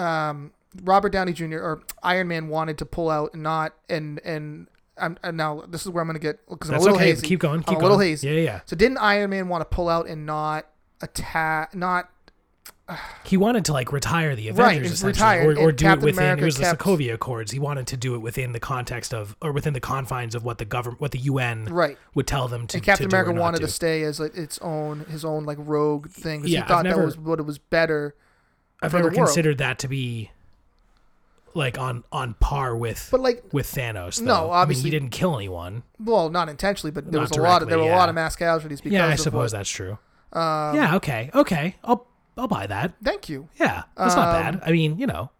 Speaker 2: um Robert Downey Jr. or Iron Man wanted to pull out and not and and I'm and now this is where I'm going to get because I'm a
Speaker 1: That's
Speaker 2: little
Speaker 1: okay.
Speaker 2: hazy.
Speaker 1: Keep going.
Speaker 2: I'm
Speaker 1: Keep
Speaker 2: a
Speaker 1: going.
Speaker 2: little hazy.
Speaker 1: Yeah, yeah.
Speaker 2: So didn't Iron Man want to pull out and not attack? Not
Speaker 1: yeah. He wanted to like retire the
Speaker 2: Right,
Speaker 1: Avengers
Speaker 2: it's
Speaker 1: essentially,
Speaker 2: retired,
Speaker 1: or, or
Speaker 2: and
Speaker 1: do it
Speaker 2: Captain
Speaker 1: within
Speaker 2: America
Speaker 1: it was the
Speaker 2: kept-
Speaker 1: Sokovia Accords. He wanted to do it within the context of or within the confines of what the government, what the UN
Speaker 2: right.
Speaker 1: would tell them to.
Speaker 2: And Captain
Speaker 1: to do or
Speaker 2: America
Speaker 1: not
Speaker 2: wanted
Speaker 1: do.
Speaker 2: to stay as like its own his own like rogue thing because
Speaker 1: Yeah,
Speaker 2: he
Speaker 1: I've
Speaker 2: thought that
Speaker 1: never-
Speaker 2: was what it was better.
Speaker 1: I've
Speaker 2: for the
Speaker 1: never
Speaker 2: world.
Speaker 1: considered that to be like on on par with
Speaker 2: But like,
Speaker 1: with Thanos. Though.
Speaker 2: No,
Speaker 1: I
Speaker 2: obviously-
Speaker 1: mean, he didn't kill anyone.
Speaker 2: well, not intentionally, but there
Speaker 1: Not
Speaker 2: was a lot
Speaker 1: directly,
Speaker 2: of there were a
Speaker 1: yeah.
Speaker 2: lot of mass casualties because
Speaker 1: Yeah, I
Speaker 2: of
Speaker 1: suppose
Speaker 2: what-
Speaker 1: that's true.
Speaker 2: um,
Speaker 1: yeah, okay, okay, I'll I'll buy that.
Speaker 2: Thank you.
Speaker 1: Yeah, that's not
Speaker 2: Um,
Speaker 1: bad. I mean, you know,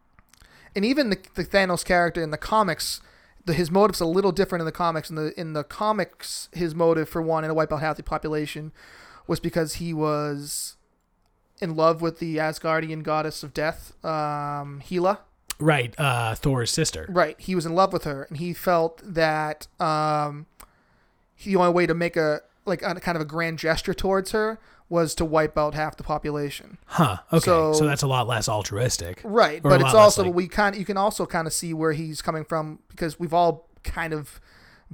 Speaker 2: and even the, the Thanos character in the comics, the, his motive's a little different in the comics. In the in the comics, his motive for wanting to wipe out half the population was because he was in love with the Asgardian goddess of death, um, Hela.
Speaker 1: right? Uh, Thor's sister.
Speaker 2: Right, he was in love with her, and he felt that um, the only way to make a like a kind of a grand gesture towards her was to wipe out half the population.
Speaker 1: Huh. Okay.
Speaker 2: So-
Speaker 1: So, that's a lot less altruistic.
Speaker 2: Right,
Speaker 1: Or a
Speaker 2: but it's
Speaker 1: lot less,
Speaker 2: also
Speaker 1: like-
Speaker 2: we kind you can also kind of see where he's coming from because we've all kind of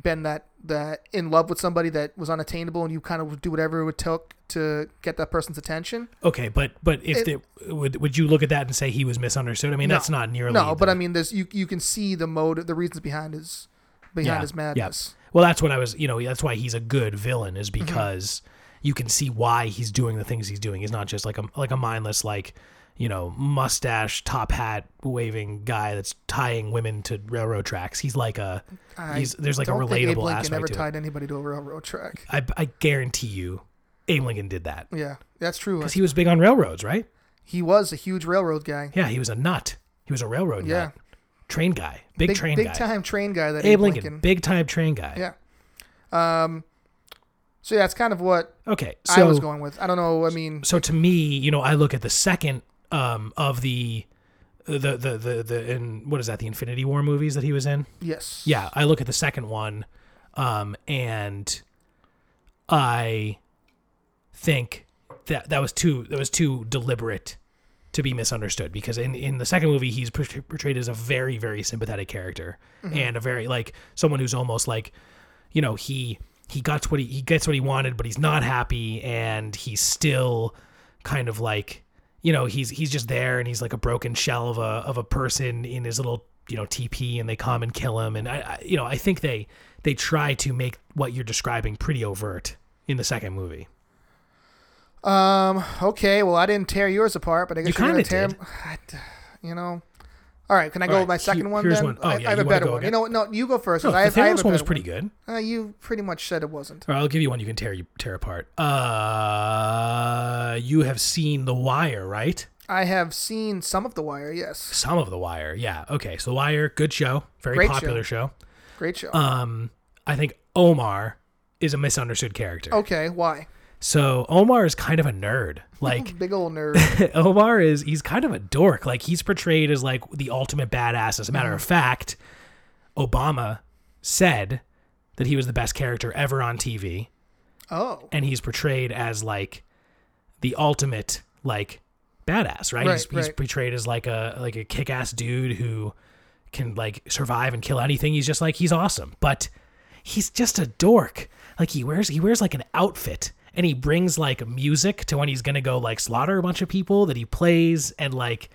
Speaker 2: been that that in love with somebody that was unattainable and you kind of do whatever it took to get that person's attention.
Speaker 1: Okay, but but if
Speaker 2: It-
Speaker 1: they, would would you look at that and say he was misunderstood? I mean,
Speaker 2: No.
Speaker 1: that's not nearly.
Speaker 2: No, but
Speaker 1: the-
Speaker 2: I mean there's you you can see the mode the reasons behind his behind
Speaker 1: Yeah,
Speaker 2: his
Speaker 1: yeah.
Speaker 2: madness.
Speaker 1: well, that's what I was. You know, that's why he's a good villain is
Speaker 2: Mm-hmm.
Speaker 1: because you can see why he's doing the things he's doing. He's not just like a like a mindless like you know mustache top hat waving guy that's tying women to railroad tracks. He's like a
Speaker 2: I
Speaker 1: he's there's like a
Speaker 2: Don't think Abe
Speaker 1: relatable
Speaker 2: Lincoln ever
Speaker 1: aspect to it.
Speaker 2: tied anybody to a railroad track.
Speaker 1: I I guarantee you, Abe Lincoln did that
Speaker 2: Yeah, that's true.
Speaker 1: because he was big on railroads, right?
Speaker 2: He was a huge railroad guy.
Speaker 1: Yeah, he was a nut. He was a railroad
Speaker 2: Yeah.
Speaker 1: nut. Train guy. Big, train
Speaker 2: big
Speaker 1: guy.
Speaker 2: time train guy that
Speaker 1: Abe Lincoln, Big time train guy.
Speaker 2: Yeah. Um so yeah, that's kind of what
Speaker 1: Okay. So,
Speaker 2: I was going with. I don't know. I mean,
Speaker 1: so to me, you know, I look at the second um, of the, the, the, the, the, in, what is that, the Infinity War movies that he was in?
Speaker 2: yes.
Speaker 1: Yeah. I look at the second one um, and I think that that was too, that was too deliberate to be misunderstood because in, in the second movie he's portray- portrayed as a very very sympathetic character and a very like someone who's almost like you know he he got what he, he gets what he wanted but he's not happy and he's still kind of like you know he's he's just there and he's like a broken shell of a of a person in his little you know TP and they come and kill him and I, I you know I think they they try to make what you're describing pretty overt in the second movie.
Speaker 2: Um. Okay. Well, I didn't tear yours apart, but I guess
Speaker 1: You
Speaker 2: are gonna
Speaker 1: kinda
Speaker 2: tear. You know. All right. Can I go
Speaker 1: All
Speaker 2: with my
Speaker 1: right,
Speaker 2: second
Speaker 1: here-
Speaker 2: one?
Speaker 1: here's
Speaker 2: then?
Speaker 1: one. Oh,
Speaker 2: I,
Speaker 1: yeah,
Speaker 2: I have a
Speaker 1: you wanna
Speaker 2: better
Speaker 1: go
Speaker 2: one. You
Speaker 1: again?
Speaker 2: know, what? no, you go first.
Speaker 1: No,
Speaker 2: 'cause I
Speaker 1: the
Speaker 2: have, I have
Speaker 1: Thanos
Speaker 2: a
Speaker 1: one was
Speaker 2: better
Speaker 1: pretty good.
Speaker 2: Uh, you pretty much said it wasn't.
Speaker 1: All right, I'll give you one you can tear you tear apart. Uh, you have seen The Wire, right?
Speaker 2: I have seen some of The Wire. Yes.
Speaker 1: Some of The Wire, yeah. Okay, so The Wire, good show, very
Speaker 2: Great
Speaker 1: popular show.
Speaker 2: Great show.
Speaker 1: Um, I think Omar is a misunderstood character.
Speaker 2: okay. Why?
Speaker 1: So Omar is kind of a nerd. Like
Speaker 2: Big old nerd.
Speaker 1: Omar is he's kind of a dork. Like he's portrayed as like the ultimate badass. As a matter of fact, Obama said that he was the best character ever on TV.
Speaker 2: Oh.
Speaker 1: and he's portrayed as like the ultimate like badass, right?
Speaker 2: Right,
Speaker 1: he's, he's
Speaker 2: right.
Speaker 1: portrayed as like a like a kick ass dude who can like survive and kill anything. He's just like he's awesome, but he's just a dork. Like he wears he wears like an outfit and he brings like music to when he's gonna go like slaughter a bunch of people that he plays and like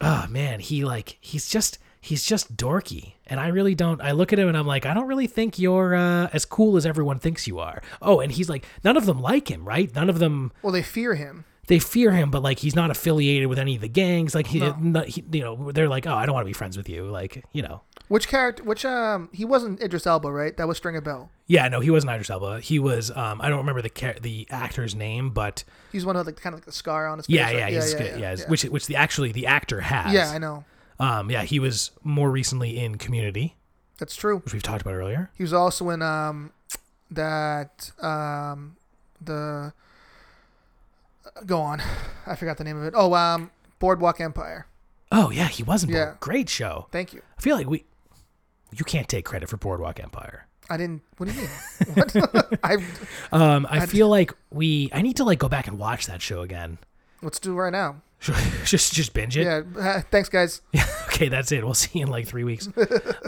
Speaker 1: oh man he like he's just he's just dorky and i really don't i look at him and i'm like i don't really think you're uh, as cool as everyone thinks you are oh and he's like none of them like him right none of them
Speaker 2: Well, they fear him.
Speaker 1: they fear him but like he's not affiliated with any of the gangs like he, no- he you know they're like oh i don't want to be friends with you like you know
Speaker 2: Which character? Which um? He wasn't Idris Elba, right? That was Stringer Bell.
Speaker 1: yeah no he wasn't Idris Elba he was um i don't remember the char- the actor's name but
Speaker 2: He's one of like kind of like the scar on his face.
Speaker 1: yeah
Speaker 2: right?
Speaker 1: yeah he's good yeah, which which the actually the actor has
Speaker 2: Yeah, I know.
Speaker 1: um yeah he was more recently in community
Speaker 2: That's true.
Speaker 1: which we've talked about earlier
Speaker 2: He was also in um that um the go on. I forgot the name of it. Oh, um Boardwalk Empire.
Speaker 1: Oh yeah, he was in
Speaker 2: Yeah.
Speaker 1: yeah. Great show.
Speaker 2: Thank you.
Speaker 1: I feel like we you can't take credit for Boardwalk Empire.
Speaker 2: I didn't what do you mean? what? I
Speaker 1: Um I feel like we I need to like go back and watch that show again.
Speaker 2: let's do it right now.
Speaker 1: just just binge it.
Speaker 2: Yeah. Uh, Thanks, guys.
Speaker 1: okay, that's it. We'll see you in like three weeks.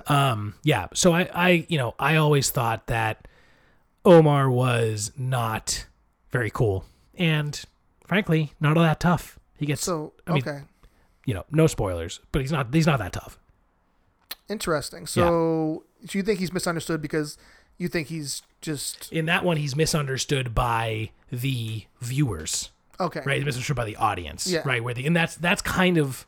Speaker 1: um, yeah. So I, I, you know, I always thought that Omar was not very cool, and frankly, not all that tough. He gets,
Speaker 2: So
Speaker 1: I mean-
Speaker 2: okay,
Speaker 1: you know, no spoilers, but he's not. He's not that tough.
Speaker 2: interesting. So do you think he's misunderstood because you think he's just
Speaker 1: In that one, he's misunderstood by the viewers,
Speaker 2: okay?
Speaker 1: right? He's misunderstood by the audience,
Speaker 2: Yeah.
Speaker 1: right? Where the and that's that's kind of.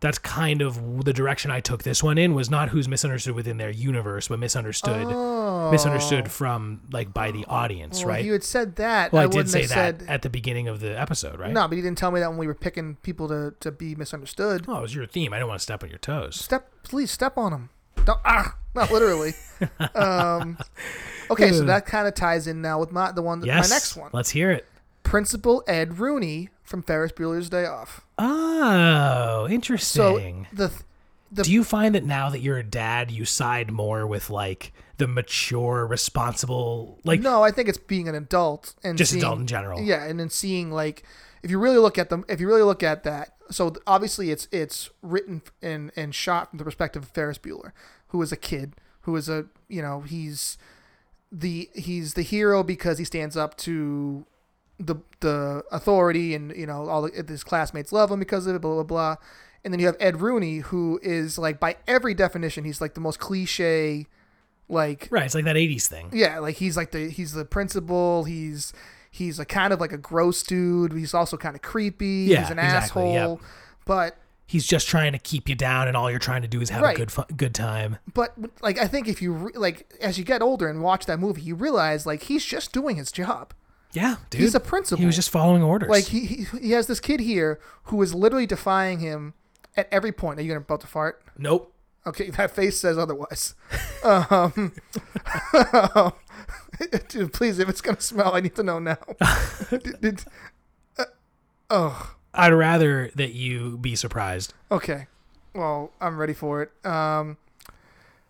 Speaker 1: That's kind of the direction I took this one in was not who's misunderstood within their universe, but misunderstood
Speaker 2: Oh.
Speaker 1: misunderstood from like by the audience,
Speaker 2: Well,
Speaker 1: right?
Speaker 2: If you had said that,
Speaker 1: well, I,
Speaker 2: I,
Speaker 1: did
Speaker 2: wouldn't
Speaker 1: say
Speaker 2: have
Speaker 1: that
Speaker 2: said
Speaker 1: at the beginning of the episode, right?
Speaker 2: no. But you didn't tell me that when we were picking people to to be misunderstood.
Speaker 1: Oh, it was your theme. I don't want to step on your toes.
Speaker 2: Step, please step on them. Don't, ah, not literally. um, okay, so that kind of ties in now with my the one
Speaker 1: Yes.
Speaker 2: my next one.
Speaker 1: Let's hear it.
Speaker 2: Principal Ed Rooney from Ferris Bueller's Day Off.
Speaker 1: Oh,
Speaker 2: So
Speaker 1: interesting.
Speaker 2: the th- the
Speaker 1: Do you find that now that you're a dad, you side more with like the mature, responsible, like
Speaker 2: No, I think it's being an adult and
Speaker 1: Just
Speaker 2: seeing-
Speaker 1: adult in general.
Speaker 2: Yeah, and then seeing like if you really look at them, if you really look at that, so th- obviously it's it's written and and shot from the perspective of Ferris Bueller, who is a kid, who is a you know he's the he's the hero because he stands up to the the authority and you know all the, his classmates love him because of it blah blah blah and then you have ed rooney who is like by every definition he's like the most cliche like
Speaker 1: right? It's like that '80s thing.
Speaker 2: yeah, like he's like the he's the principal. He's he's a kind of like a gross dude. He's also kind of creepy.
Speaker 1: Yeah,
Speaker 2: he's an
Speaker 1: exactly,
Speaker 2: asshole.
Speaker 1: yep.
Speaker 2: But
Speaker 1: He's just trying to keep you down, and all you're trying to do is have
Speaker 2: Right.
Speaker 1: a good, fun, good time.
Speaker 2: but like I think if you re- like as you get older and watch that movie, you realize like he's just doing his job.
Speaker 1: Yeah, dude.
Speaker 2: He's a principal.
Speaker 1: He was just following orders.
Speaker 2: like he, he he has this kid here who is literally defying him at every point. Are you gonna about to fart?
Speaker 1: nope.
Speaker 2: Okay, that face says otherwise. um, dude, please, if it's gonna smell, I need to know now. Did- did- uh, oh.
Speaker 1: I'd rather that you be surprised.
Speaker 2: Okay. Well, I'm ready for it. Um,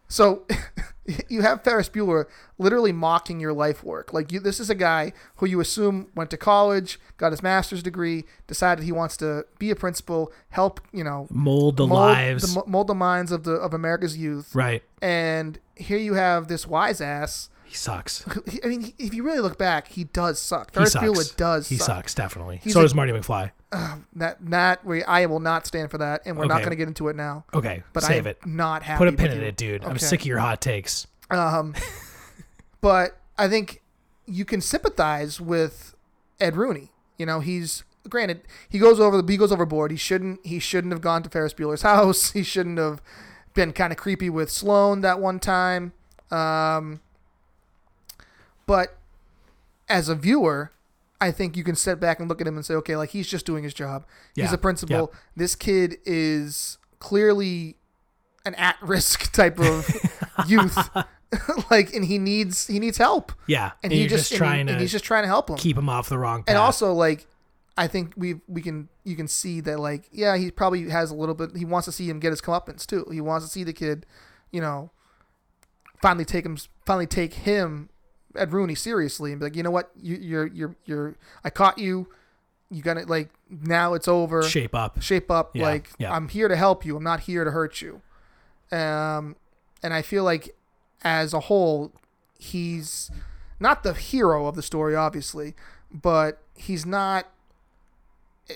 Speaker 2: so you have Ferris Bueller literally mocking your life work. Like you, this is a guy who you assume went to college, got his master's degree, decided he wants to be a principal, help you know
Speaker 1: Mold the
Speaker 2: mold
Speaker 1: lives.
Speaker 2: the, mold the minds of the of America's youth.
Speaker 1: right.
Speaker 2: And here you have this wise ass.
Speaker 1: He sucks.
Speaker 2: who- I mean, if you really look back, he does suck.
Speaker 1: He
Speaker 2: Ferris
Speaker 1: sucks.
Speaker 2: Bueller does.
Speaker 1: He
Speaker 2: suck.
Speaker 1: sucks definitely.
Speaker 2: He's
Speaker 1: so
Speaker 2: a-
Speaker 1: does Marty McFly.
Speaker 2: That that we I will not stand for that, and we're not
Speaker 1: Okay.
Speaker 2: going to get into it now.
Speaker 1: Okay,
Speaker 2: But
Speaker 1: save
Speaker 2: I'm
Speaker 1: it.
Speaker 2: not happy.
Speaker 1: Put a pin
Speaker 2: with
Speaker 1: in
Speaker 2: you.
Speaker 1: it, dude. I'm
Speaker 2: Okay.
Speaker 1: sick of your hot takes.
Speaker 2: Um, but I think you can sympathize with Ed Rooney. You know, he's granted he goes over the he goes overboard. He shouldn't he shouldn't have gone to Ferris Bueller's house. He shouldn't have been kind of creepy with Sloan that one time. Um, but as a viewer, I think you can sit back and look at him and say, okay, like he's just doing his job.
Speaker 1: Yeah,
Speaker 2: He's a principal. This kid is clearly an at-risk type of youth. like, and he needs he needs help.
Speaker 1: Yeah,
Speaker 2: And,
Speaker 1: and,
Speaker 2: he
Speaker 1: you're
Speaker 2: just,
Speaker 1: just,
Speaker 2: and he-
Speaker 1: trying to
Speaker 2: and he's just trying to help him.
Speaker 1: keep him off the wrong path.
Speaker 2: and also, like, I think we we can you can see that like yeah he probably has a little bit he wants to see him get his comeuppance too. He wants to see the kid, you know, finally take him finally take him at Rooney seriously and be like you know what you you're you're you're I caught you. You gotta like now it's over
Speaker 1: shape up.
Speaker 2: shape up
Speaker 1: Yeah,
Speaker 2: like
Speaker 1: yeah.
Speaker 2: i'm here to help you i'm not here to hurt you um and i feel like as a whole he's not the hero of the story obviously but he's not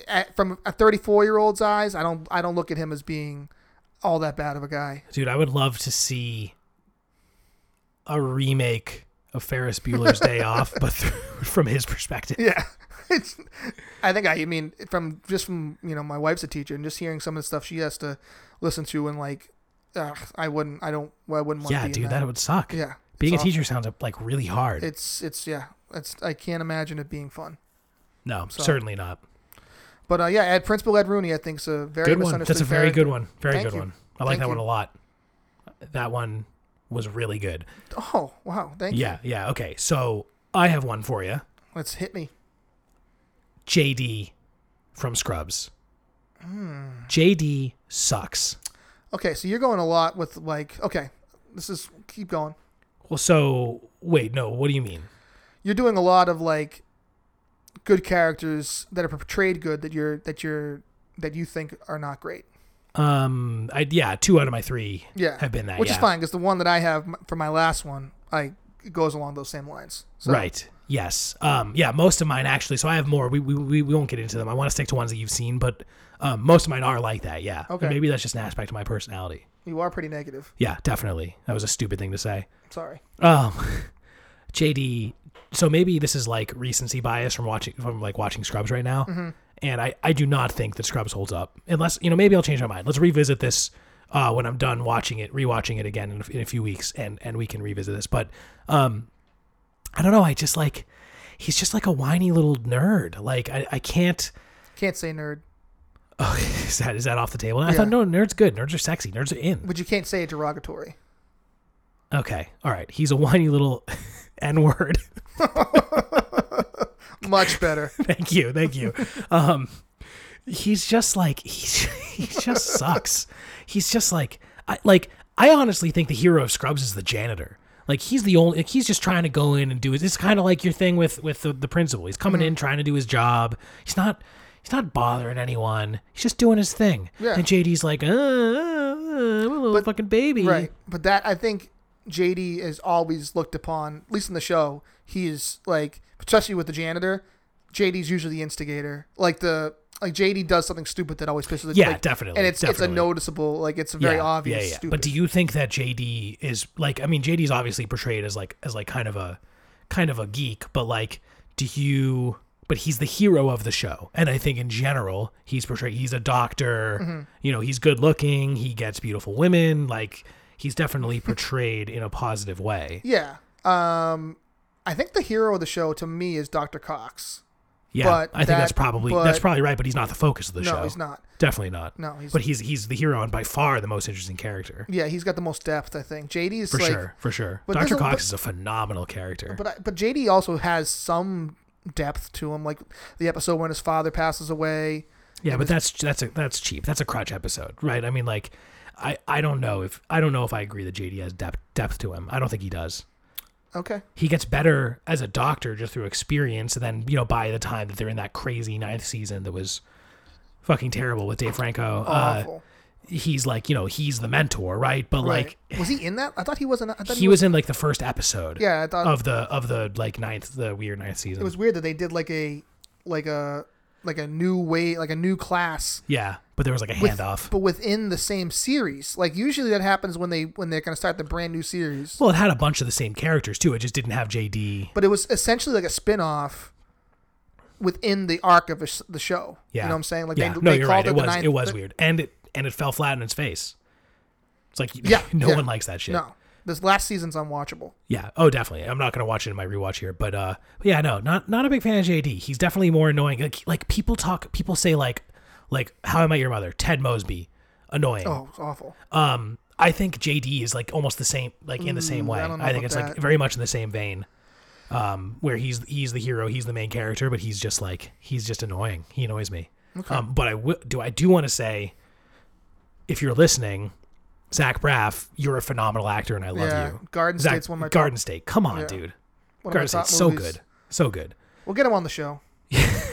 Speaker 2: at, from a 34 year old's eyes i don't i don't look at him as being all that bad of a guy
Speaker 1: Dude, I would love to see a remake of Ferris Bueller's Day Off, but through, from his perspective.
Speaker 2: yeah it's i think i, I mean from just from you know my wife's a teacher and just hearing some of the stuff she has to listen to and like ugh, i wouldn't i don't i wouldn't want
Speaker 1: Yeah,
Speaker 2: to be in
Speaker 1: dude,
Speaker 2: that
Speaker 1: that would suck.
Speaker 2: yeah
Speaker 1: Being a
Speaker 2: it's awful.
Speaker 1: teacher sounds like really hard.
Speaker 2: it's it's yeah it's i can't imagine it being fun
Speaker 1: no, certainly not.
Speaker 2: but uh, yeah Ed, principal ed rooney i think's a very
Speaker 1: Good one.
Speaker 2: misunderstood
Speaker 1: That's a very
Speaker 2: character.
Speaker 1: good one. Very
Speaker 2: Thank
Speaker 1: good
Speaker 2: you.
Speaker 1: one. I like
Speaker 2: Thank
Speaker 1: that one
Speaker 2: you.
Speaker 1: a lot. That one was really good.
Speaker 2: oh wow thank you
Speaker 1: Yeah, yeah. Okay, so I have one for you.
Speaker 2: let's hit me
Speaker 1: JD from Scrubs.
Speaker 2: Hmm.
Speaker 1: JD sucks.
Speaker 2: okay so you're going a lot with like okay this is keep going
Speaker 1: Well, so wait, no. What do you mean?
Speaker 2: you're doing a lot of like good characters that are portrayed good that you're that you're that you think are not great.
Speaker 1: Um, I yeah, two out of my three
Speaker 2: Yeah,
Speaker 1: have been that.
Speaker 2: which
Speaker 1: yeah.
Speaker 2: is fine because the one that I have m- for my last one, I it goes along those same lines. So,
Speaker 1: Right. Yes. Um, yeah. Most of mine actually. So I have more. We we, we, we won't get into them. I want to stick to ones that you've seen, but um, most of mine are like that. Yeah. And
Speaker 2: Okay.
Speaker 1: maybe that's just an aspect of my personality.
Speaker 2: You are pretty negative.
Speaker 1: Yeah, definitely. That was a stupid thing to say.
Speaker 2: Sorry.
Speaker 1: Um, JD. So maybe this is like recency bias from watching from like watching Scrubs right now, and I I do not think that Scrubs holds up unless you know maybe I'll change my mind. Let's revisit this. Uh, when I'm done watching it, rewatching it again in a, in a few weeks, and and we can revisit this. But um, I don't know. I just like he's just like a whiny little nerd. Like I, I can't.
Speaker 2: Can't say nerd,
Speaker 1: Oh, is that is that off the table? And I
Speaker 2: Yeah.
Speaker 1: thought no, nerds good. Nerds are sexy. Nerds are in.
Speaker 2: but you can't say it derogatory.
Speaker 1: Okay, all right. He's a whiny little n word.
Speaker 2: Much better.
Speaker 1: thank you thank you um he's just like he's he just sucks he's just like i like i honestly think the hero of scrubs is the janitor like he's the only like, he's just trying to go in and do his it's kind of like your thing with with the, the principal he's coming
Speaker 2: Mm.
Speaker 1: in trying to do his job he's not he's not bothering anyone he's just doing his thing
Speaker 2: Yeah.
Speaker 1: and jd's like uh, uh, uh, I'm a little
Speaker 2: But-
Speaker 1: fucking baby
Speaker 2: Right. But that I think JD is always looked upon, at least in the show, he is like especially with the janitor, JD's usually the instigator. Like the like JD does something stupid that always pisses the
Speaker 1: Yeah,
Speaker 2: like,
Speaker 1: definitely,
Speaker 2: And it's it's a
Speaker 1: definitely.
Speaker 2: noticeable like it's a very obvious stupid.
Speaker 1: But do you think that JD is like? I mean, JD's obviously portrayed as like as like kind of a kind of a geek, but like, do you? But he's the hero of the show, and I think in general he's portrayed. He's a doctor.
Speaker 2: Mm-hmm.
Speaker 1: You know, he's good looking. He gets beautiful women. Like he's definitely portrayed in a positive way.
Speaker 2: yeah. Um I think the hero of the show to me is Dr. Cox.
Speaker 1: Yeah,
Speaker 2: But
Speaker 1: I think
Speaker 2: that-
Speaker 1: that's probably
Speaker 2: but-
Speaker 1: that's probably right. But he's not the focus of the
Speaker 2: No,
Speaker 1: show.
Speaker 2: he's not.
Speaker 1: Definitely not.
Speaker 2: No, he's
Speaker 1: But he's he's the hero and by far the most interesting character.
Speaker 2: yeah, he's got the most depth, I think. JD is
Speaker 1: For
Speaker 2: like
Speaker 1: sure, for sure.
Speaker 2: but
Speaker 1: Dr.
Speaker 2: there's a-
Speaker 1: Cox
Speaker 2: but-
Speaker 1: is a phenomenal character.
Speaker 2: But I, but JD also has some depth to him, like the episode when his father passes away.
Speaker 1: Yeah, but that's that's a that's cheap. That's a crutch episode, right? I mean, like, I I don't know if I don't know if I agree that JD has depth depth to him. I don't think he does.
Speaker 2: Okay,
Speaker 1: He gets better as a doctor just through experience, and then you know by the time that they're in that crazy ninth season that was fucking terrible with Dave Franco, uh,
Speaker 2: awful.
Speaker 1: he's like you know he's the mentor, right? But
Speaker 2: right. was he in that? I thought he wasn't. I
Speaker 1: like
Speaker 2: thought
Speaker 1: he was in like the first episode
Speaker 2: Yeah, I thought
Speaker 1: of the of the like ninth the weird ninth season.
Speaker 2: it was weird that they did like a like a like a new way, like a new class,
Speaker 1: yeah, but there was like a
Speaker 2: with-
Speaker 1: handoff.
Speaker 2: but within the same series. Like usually that happens when they when they're gonna start the brand new series.
Speaker 1: Well, it had a bunch of the same characters too. It just didn't have JD.
Speaker 2: But it was essentially like a spin off within the arc of a s- the show.
Speaker 1: Yeah.
Speaker 2: you know what I'm saying? Like
Speaker 1: yeah.
Speaker 2: they,
Speaker 1: no,
Speaker 2: they
Speaker 1: you're right.
Speaker 2: called it,
Speaker 1: It
Speaker 2: the
Speaker 1: was
Speaker 2: ninth.
Speaker 1: it was
Speaker 2: the-
Speaker 1: weird, and it and it fell flat in its face. It's like
Speaker 2: Yeah,
Speaker 1: no
Speaker 2: yeah.
Speaker 1: one likes that shit.
Speaker 2: No, this last season's unwatchable.
Speaker 1: Yeah. Oh, definitely. I'm not gonna watch it in my rewatch here, but uh, but yeah, no, not not a big fan of JD. He's definitely more annoying. Like like people talk, people say like like How I Met Your Mother, Ted Mosby, annoying.
Speaker 2: Oh, it's awful.
Speaker 1: Um, I think JD is like almost the same, like in the same way.
Speaker 2: Mm, I don't know
Speaker 1: think
Speaker 2: about
Speaker 1: it's like
Speaker 2: that.
Speaker 1: very much in the same vein. Um, where he's he's the hero, he's the main character, but he's just like he's just annoying. He annoys me. Um, but I w- do I do want to say, if you're listening, Zach Braff, you're a phenomenal actor, and I love
Speaker 2: yeah,
Speaker 1: you.
Speaker 2: Garden
Speaker 1: Zach,
Speaker 2: State's one of my
Speaker 1: Garden State, come on,
Speaker 2: Yeah.
Speaker 1: dude.
Speaker 2: top, one of my
Speaker 1: Garden
Speaker 2: top
Speaker 1: State's so
Speaker 2: movies.
Speaker 1: good, so good.
Speaker 2: We'll get him on the show.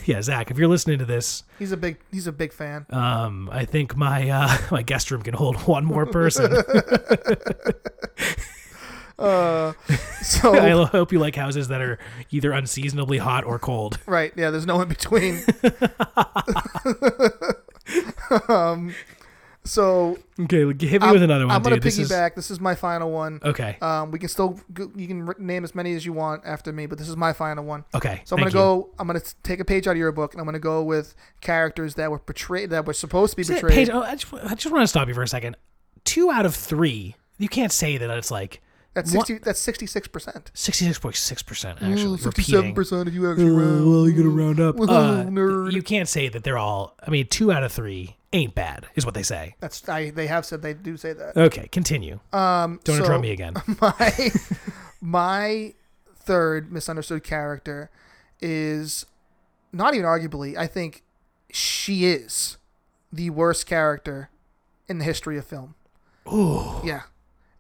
Speaker 1: yeah, Zach, if you're listening to this,
Speaker 2: He's a big he's a big fan.
Speaker 1: um, I think my uh, my guest room can hold one more person.
Speaker 2: Uh, so
Speaker 1: I lo- hope you like houses that are either unseasonably hot or cold.
Speaker 2: right, yeah. There's no in between. um, so
Speaker 1: Okay, well, hit me
Speaker 2: I'm,
Speaker 1: with another one,
Speaker 2: I'm gonna
Speaker 1: dude. This is
Speaker 2: piggyback. This is... my final one.
Speaker 1: okay.
Speaker 2: Um, we can still go, you can r- name as many as you want after me, but this is my final one.
Speaker 1: Okay.
Speaker 2: So I'm gonna go. I'm gonna take a page out of your book, and I'm gonna go with characters that were portrayed that were supposed to be
Speaker 1: Sit,
Speaker 2: portrayed.
Speaker 1: Paige, oh, I just, I just want to stop you for a second. Two out of three. You can't say that it's like
Speaker 2: That's
Speaker 1: What-
Speaker 2: sixty. That's sixty six percent.
Speaker 1: sixty-six point six percent actually repeating.
Speaker 2: Sixty-seven Mm, percent if you
Speaker 1: Uh,
Speaker 2: actually round.
Speaker 1: you gotta round up. Uh,
Speaker 2: Nerd.
Speaker 1: You can't say that they're all. I mean, two out of three ain't bad, is what they say.
Speaker 2: That's I. They have said they do say that.
Speaker 1: Okay, continue.
Speaker 2: Um,
Speaker 1: Don't
Speaker 2: so
Speaker 1: interrupt me again.
Speaker 2: My my third misunderstood character is not even arguably. I think she is the worst character in the history of film.
Speaker 1: Ooh.
Speaker 2: Yeah,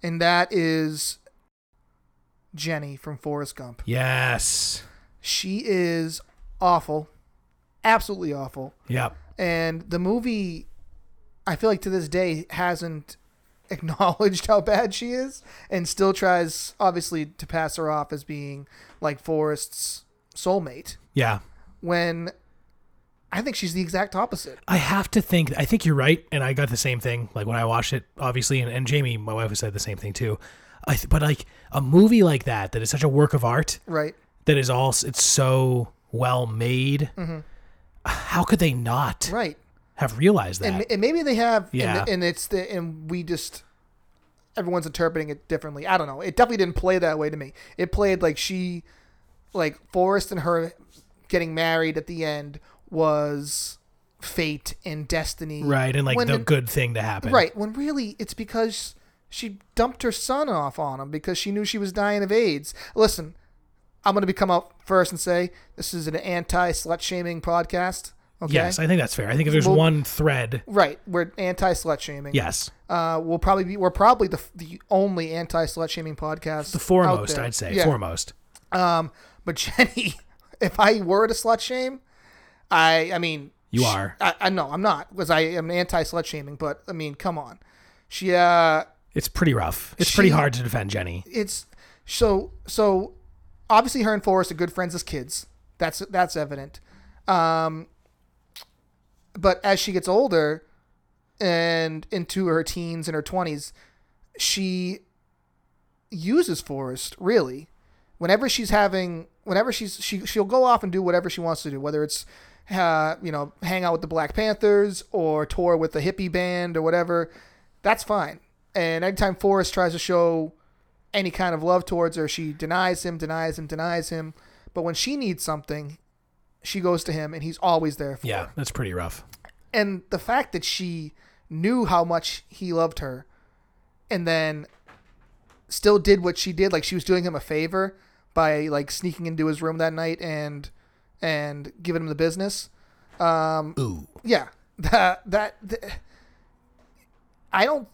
Speaker 2: and that is Jenny from Forrest Gump.
Speaker 1: Yes.
Speaker 2: She is awful, absolutely awful.
Speaker 1: Yep.
Speaker 2: and the movie, I feel like to this day hasn't acknowledged how bad she is, and still tries obviously to pass her off as being like Forrest's soulmate.
Speaker 1: Yeah.
Speaker 2: When I think she's the exact opposite.
Speaker 1: I have to think. I think you're right, and I got the same thing. Like when I watched it, obviously, and, and Jamie, my wife, has said the same thing too. I th- but like a movie like that, that is such a work of art,
Speaker 2: Right.
Speaker 1: that is all s- it's so well made. How could they not
Speaker 2: Mm-hmm. Right.
Speaker 1: have realized that?
Speaker 2: and, and maybe they have
Speaker 1: Yeah.
Speaker 2: and, and it's the and we just everyone's interpreting it differently i don't know it definitely didn't play that way to me it played like she like forrest and her getting married at the end was fate and destiny
Speaker 1: right, and like
Speaker 2: when
Speaker 1: the
Speaker 2: it-
Speaker 1: good thing to happen.
Speaker 2: right when really it's because she dumped her son off on him because she knew she was dying of aids listen i'm going to become out first and say this is an anti slut shaming podcast okay
Speaker 1: Yes, I think that's fair. I think if there's
Speaker 2: Well-
Speaker 1: one thread,
Speaker 2: right we're anti slut shaming
Speaker 1: yes,
Speaker 2: uh, we'll probably be we're probably the, the only anti slut shaming podcast.
Speaker 1: the
Speaker 2: out
Speaker 1: foremost,
Speaker 2: there.
Speaker 1: I'd say
Speaker 2: Yeah.
Speaker 1: foremost.
Speaker 2: Um, but Jenny, if I were to slut shame, I I mean
Speaker 1: You
Speaker 2: sh-
Speaker 1: are.
Speaker 2: I, I no, I'm not because I am anti slut shaming. But I mean, come on, she uh,
Speaker 1: It's pretty rough. It's pretty
Speaker 2: She-
Speaker 1: hard to defend Jenny.
Speaker 2: it's so so obviously her and Forrest are good friends as kids. That's that's evident. Um, but as she gets older and into her teens and her twenties, she uses Forrest really. Whenever she's having, whenever she's she she'll go off and do whatever she wants to do, whether it's uh, you know hang out with the Black Panthers or tour with the hippie band or whatever, that's fine. And anytime Forrest tries to show any kind of love towards her, she denies him, denies him, denies him. But when she needs something, she goes to him, and he's always there for her
Speaker 1: Yeah, that's pretty rough.
Speaker 2: and the fact that she knew how much he loved her and then still did what she did like she was doing him a favor by like sneaking into his room that night and and giving him the business um
Speaker 1: Ooh,
Speaker 2: yeah that that, th- i don't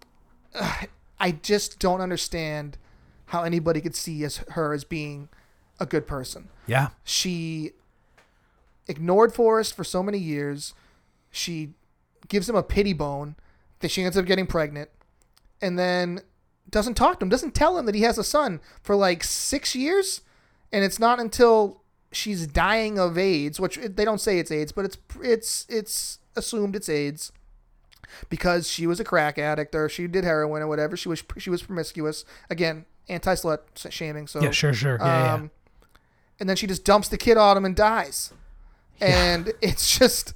Speaker 2: Ugh, i just don't understand how anybody could see as her as being a good person
Speaker 1: yeah,
Speaker 2: she ignored Forrest for so many years. She gives him a pity bone that she ends up getting pregnant and then doesn't talk to him, doesn't tell him that he has a son for like six years. And it's not until she's dying of AIDS, which they don't say it's AIDS, but it's it's it's assumed it's AIDS because she was a crack addict or she did heroin or whatever. She was she was promiscuous again, anti slut shaming. So
Speaker 1: yeah, sure, sure, yeah, yeah, yeah.
Speaker 2: Oh. um, and then she just dumps the kid on him and dies. And it's just,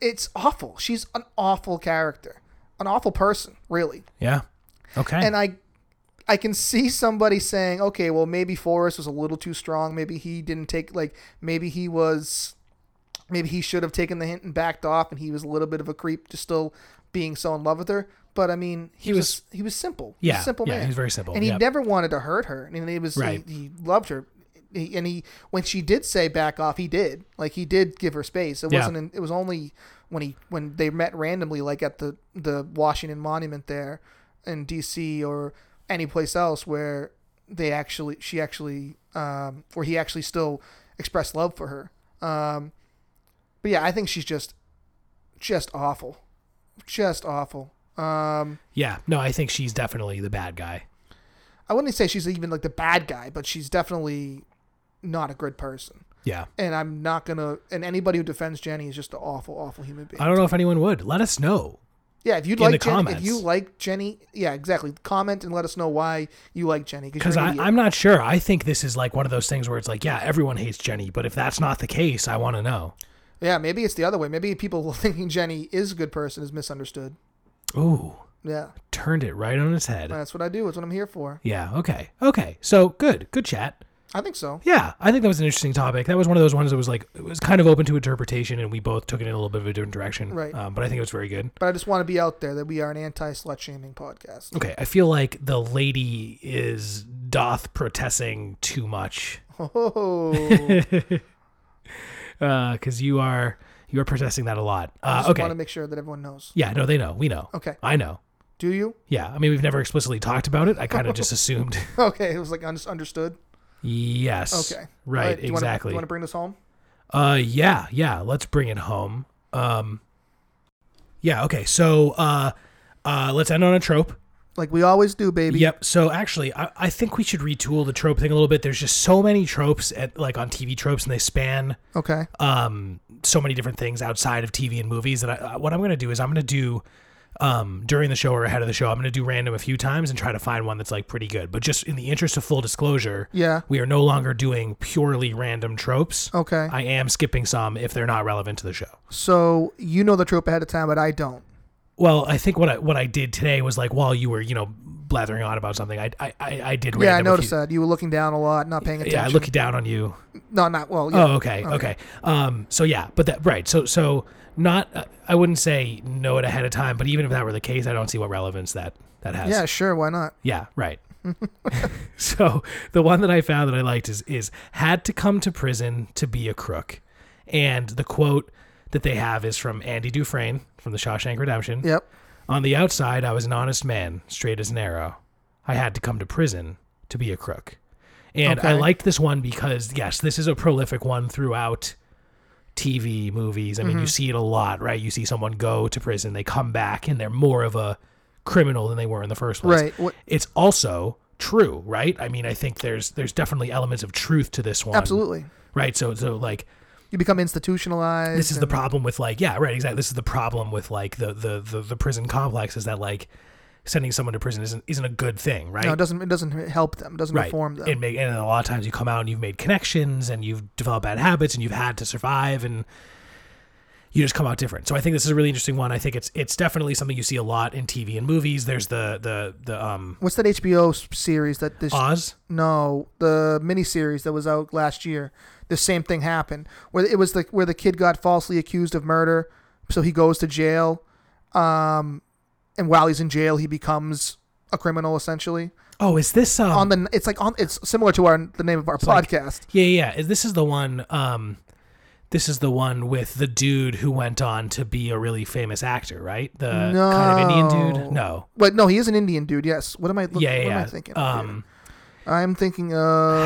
Speaker 2: it's awful. She's an awful character, an awful person, really.
Speaker 1: yeah. Okay.
Speaker 2: And I, I can see somebody saying, okay, well maybe Forrest was a little too strong. Maybe he didn't take like, maybe he was, maybe he should have taken the hint and backed off, and he was a little bit of a creep, just still being so in love with her. But I mean, he,
Speaker 1: He
Speaker 2: was, he was simple. He was
Speaker 1: yeah,
Speaker 2: a simple
Speaker 1: yeah,
Speaker 2: man
Speaker 1: he's very simple.
Speaker 2: and he
Speaker 1: yep.
Speaker 2: never wanted to hurt her. And it was
Speaker 1: Right.
Speaker 2: he, he loved her, he, and he when she did say back off, he did like he did give her space. It
Speaker 1: Yeah.
Speaker 2: wasn't. In, it was only when he when they met randomly, like at the the Washington Monument there in D.C. or any place else where they actually she actually um, where he actually still expressed love for her. Um, but yeah, I think she's just just awful, just awful. Um,
Speaker 1: yeah, no, I think she's definitely the bad guy.
Speaker 2: I wouldn't say she's even like the bad guy, but she's definitely not a good person.
Speaker 1: Yeah.
Speaker 2: And I'm not gonna. And anybody who defends Jenny is just an awful, awful human being.
Speaker 1: I don't know if anyone would. Let us know.
Speaker 2: yeah, if you
Speaker 1: in
Speaker 2: like
Speaker 1: the
Speaker 2: Jenny,
Speaker 1: comments.
Speaker 2: if you like Jenny, yeah, exactly. Comment and let us know why you like Jenny
Speaker 1: Because
Speaker 2: because
Speaker 1: I'm not sure. I think this is like one of those things where it's like, yeah, everyone hates Jenny, but if that's not the case, I want to know.
Speaker 2: yeah, maybe it's the other way. Maybe people thinking Jenny is a good person is misunderstood.
Speaker 1: Ooh,
Speaker 2: Yeah,
Speaker 1: turned it right on its head.
Speaker 2: that's what I do. That's what I'm here for.
Speaker 1: Yeah, okay. Okay. So good. Good chat.
Speaker 2: I think so.
Speaker 1: Yeah, I think that was an interesting topic. That was one of those ones that was like, it was kind of open to interpretation, and we both took it in a little bit of a different direction.
Speaker 2: Right.
Speaker 1: Um, but I think it was very good.
Speaker 2: But I just want to be out there that we are an anti-slut shaming podcast.
Speaker 1: Okay. I feel like the lady is doth protesting too much.
Speaker 2: Oh,
Speaker 1: because uh, you are you are protesting that a lot. Uh,
Speaker 2: just
Speaker 1: okay.
Speaker 2: want to make sure that everyone knows.
Speaker 1: Yeah. No, they know. We know.
Speaker 2: Okay,
Speaker 1: I know.
Speaker 2: do you?
Speaker 1: Yeah. I mean, we've never explicitly talked about it. I kind of just assumed.
Speaker 2: Okay, it was like un- understood.
Speaker 1: yes.
Speaker 2: Okay.
Speaker 1: Right.
Speaker 2: Alright, do you wanna-
Speaker 1: exactly.
Speaker 2: do you want to bring this home?
Speaker 1: Uh. Yeah. Yeah. Let's bring it home. Um, yeah. Okay. So uh, uh, let's end on a trope.
Speaker 2: like we always do, baby.
Speaker 1: Yep. So actually, I, I think we should retool the trope thing a little bit. There's just so many tropes at like on TV tropes, and they span
Speaker 2: Okay.
Speaker 1: um, so many different things outside of TV and movies. That I, I- what I'm going to do is I'm going to do um, during the show or ahead of the show. I'm going to do random a few times and try to find one that's like pretty good. But just in the interest of full disclosure,
Speaker 2: Yeah.
Speaker 1: we are no longer doing purely random tropes.
Speaker 2: Okay.
Speaker 1: I am skipping some if they're not relevant to the show.
Speaker 2: so you know the trope ahead of time, but I don't.
Speaker 1: Well, I think what I what I did today was like while you were you know blathering on about something, I I I, I did.
Speaker 2: Yeah, I
Speaker 1: random a
Speaker 2: noticed
Speaker 1: few-
Speaker 2: that you were looking down a lot, not paying attention.
Speaker 1: Yeah, I looked down on you.
Speaker 2: No, not well. Yeah.
Speaker 1: Oh, okay, okay, Um, so yeah, but that right. So so not. Uh, I wouldn't say know it ahead of time, but even if that were the case, I don't see what relevance that that has.
Speaker 2: yeah, sure. Why not?
Speaker 1: Yeah, right. so the one that I found that I liked is is had to come to prison to be a crook, and the quote that they have is from Andy Dufresne from The Shawshank Redemption.
Speaker 2: Yep.
Speaker 1: On the outside, I was an honest man, straight as an arrow. I had to come to prison to be a crook. And I
Speaker 2: Okay.
Speaker 1: liked this one because, yes, this is a prolific one throughout TV movies. I mean,
Speaker 2: Mm-hmm.
Speaker 1: you see it a lot, right? You see someone go to prison, they come back, and they're more of a criminal than they were in the first place.
Speaker 2: Right. What,
Speaker 1: It's also true, right? I mean, I think there's there's definitely elements of truth to this one.
Speaker 2: absolutely.
Speaker 1: Right. So so like
Speaker 2: You become institutionalized.
Speaker 1: this is the
Speaker 2: and-
Speaker 1: problem with like yeah right exactly this is the problem with like the the the, the prison complex is that like sending someone to prison isn't isn't a good thing right
Speaker 2: No, it doesn't. It doesn't help them. It doesn't
Speaker 1: right
Speaker 2: inform them.
Speaker 1: It make, and a lot of times you come out and you've made connections and you've developed bad habits and you've had to survive and you just come out different so I think this is a really interesting one I think it's it's definitely something you see a lot in TV and movies there's the the the um
Speaker 2: What's that HBO s- series that this?
Speaker 1: Oz
Speaker 2: no, the miniseries that was out last year. The same thing happened where it was the where the kid got falsely accused of murder, so he goes to jail, um, and while he's in jail, he becomes a criminal essentially.
Speaker 1: oh is this um
Speaker 2: on the it's like on it's similar to our the name of our
Speaker 1: like-
Speaker 2: podcast.
Speaker 1: Yeah, yeah. yeah. This is the one. Um, this is the one with the dude who went on to be a really famous actor, right? The kind of Indian
Speaker 2: No.
Speaker 1: dude. No.
Speaker 2: Wait, no, he is an Indian dude. Yes. What am I? Look,
Speaker 1: yeah, yeah.
Speaker 2: what am
Speaker 1: yeah.
Speaker 2: I thinking? of here?
Speaker 1: um,
Speaker 2: I'm thinking of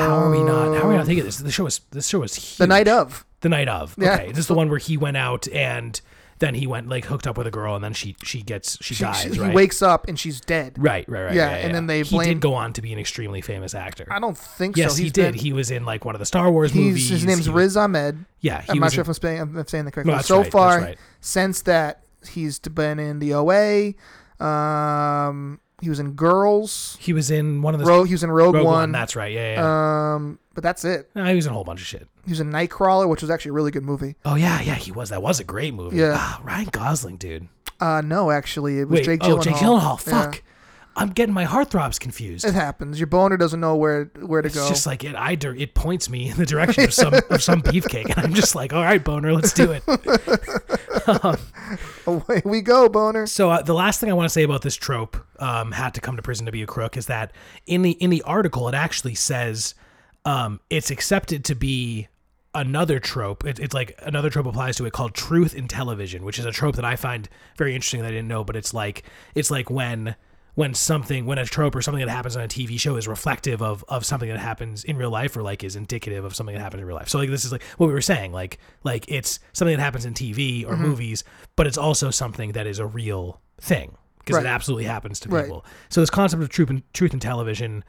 Speaker 1: how are we not? How are we not thinking of this? The show was. This show was huge.
Speaker 2: Um, the night of?
Speaker 1: The night of.
Speaker 2: Yeah.
Speaker 1: Okay. This is the one where he went out and then he went like hooked up with a girl and then she she gets she,
Speaker 2: She-
Speaker 1: dies.
Speaker 2: she-
Speaker 1: right?
Speaker 2: He wakes up and she's dead.
Speaker 1: Right. Right. Right.
Speaker 2: Yeah,
Speaker 1: yeah
Speaker 2: and then they
Speaker 1: He did
Speaker 2: blame-
Speaker 1: go on to be an extremely famous actor.
Speaker 2: I don't think
Speaker 1: yes,
Speaker 2: so.
Speaker 1: he
Speaker 2: He's
Speaker 1: did.
Speaker 2: been-
Speaker 1: he was in like one of the Star Wars
Speaker 2: he's-
Speaker 1: movies.
Speaker 2: his name's
Speaker 1: He-
Speaker 2: Riz Ahmed.
Speaker 1: Yeah. He
Speaker 2: I'm
Speaker 1: was
Speaker 2: not sure
Speaker 1: in-
Speaker 2: if I'm saying I'm saying the correct.
Speaker 1: No,
Speaker 2: way.
Speaker 1: that's
Speaker 2: so
Speaker 1: right, that's
Speaker 2: far,
Speaker 1: right.
Speaker 2: since that he's been in the OA. Um, he was in Girls.
Speaker 1: he was in one of the
Speaker 2: Rogue. He was in Rogue,
Speaker 1: Rogue One.
Speaker 2: One.
Speaker 1: That's right. Yeah. Yeah. yeah.
Speaker 2: um, but that's it.
Speaker 1: No, he was in a whole bunch of shit.
Speaker 2: He was in Nightcrawler, which was actually a really good movie.
Speaker 1: Oh yeah, yeah, he was. That was a great movie.
Speaker 2: Yeah.
Speaker 1: Ah, Ryan Gosling, dude.
Speaker 2: Uh, no, actually, it was
Speaker 1: Wait,
Speaker 2: Jake Gyllenhaal.
Speaker 1: oh Jake Gyllenhaal.
Speaker 2: Yeah.
Speaker 1: Fuck, I'm getting my heartthrobs confused.
Speaker 2: It happens. Your boner doesn't know where where to
Speaker 1: It's
Speaker 2: go.
Speaker 1: just like it. I dir- it points me in the direction of some of some beefcake, and I'm just like, all right, boner, let's do it.
Speaker 2: Away we go, boner.
Speaker 1: So uh, the last thing I want to say about this trope, um, had to come to prison to be a crook, is that in the in the article it actually says um, it's accepted to be another trope. It, it's like another trope applies to it called truth in television, which is a trope that I find very interesting that I didn't know. But it's like it's like when when something when a trope or something that happens on a TV show is reflective of of something that happens in real life or like is indicative of something that happens in real life. So like this is like what we were saying like like it's something that happens in TV
Speaker 2: Mm-hmm.
Speaker 1: or movies, but it's also something that is a real thing because
Speaker 2: Right.
Speaker 1: it absolutely happens to
Speaker 2: Right.
Speaker 1: people. So this concept of truth in, truth in television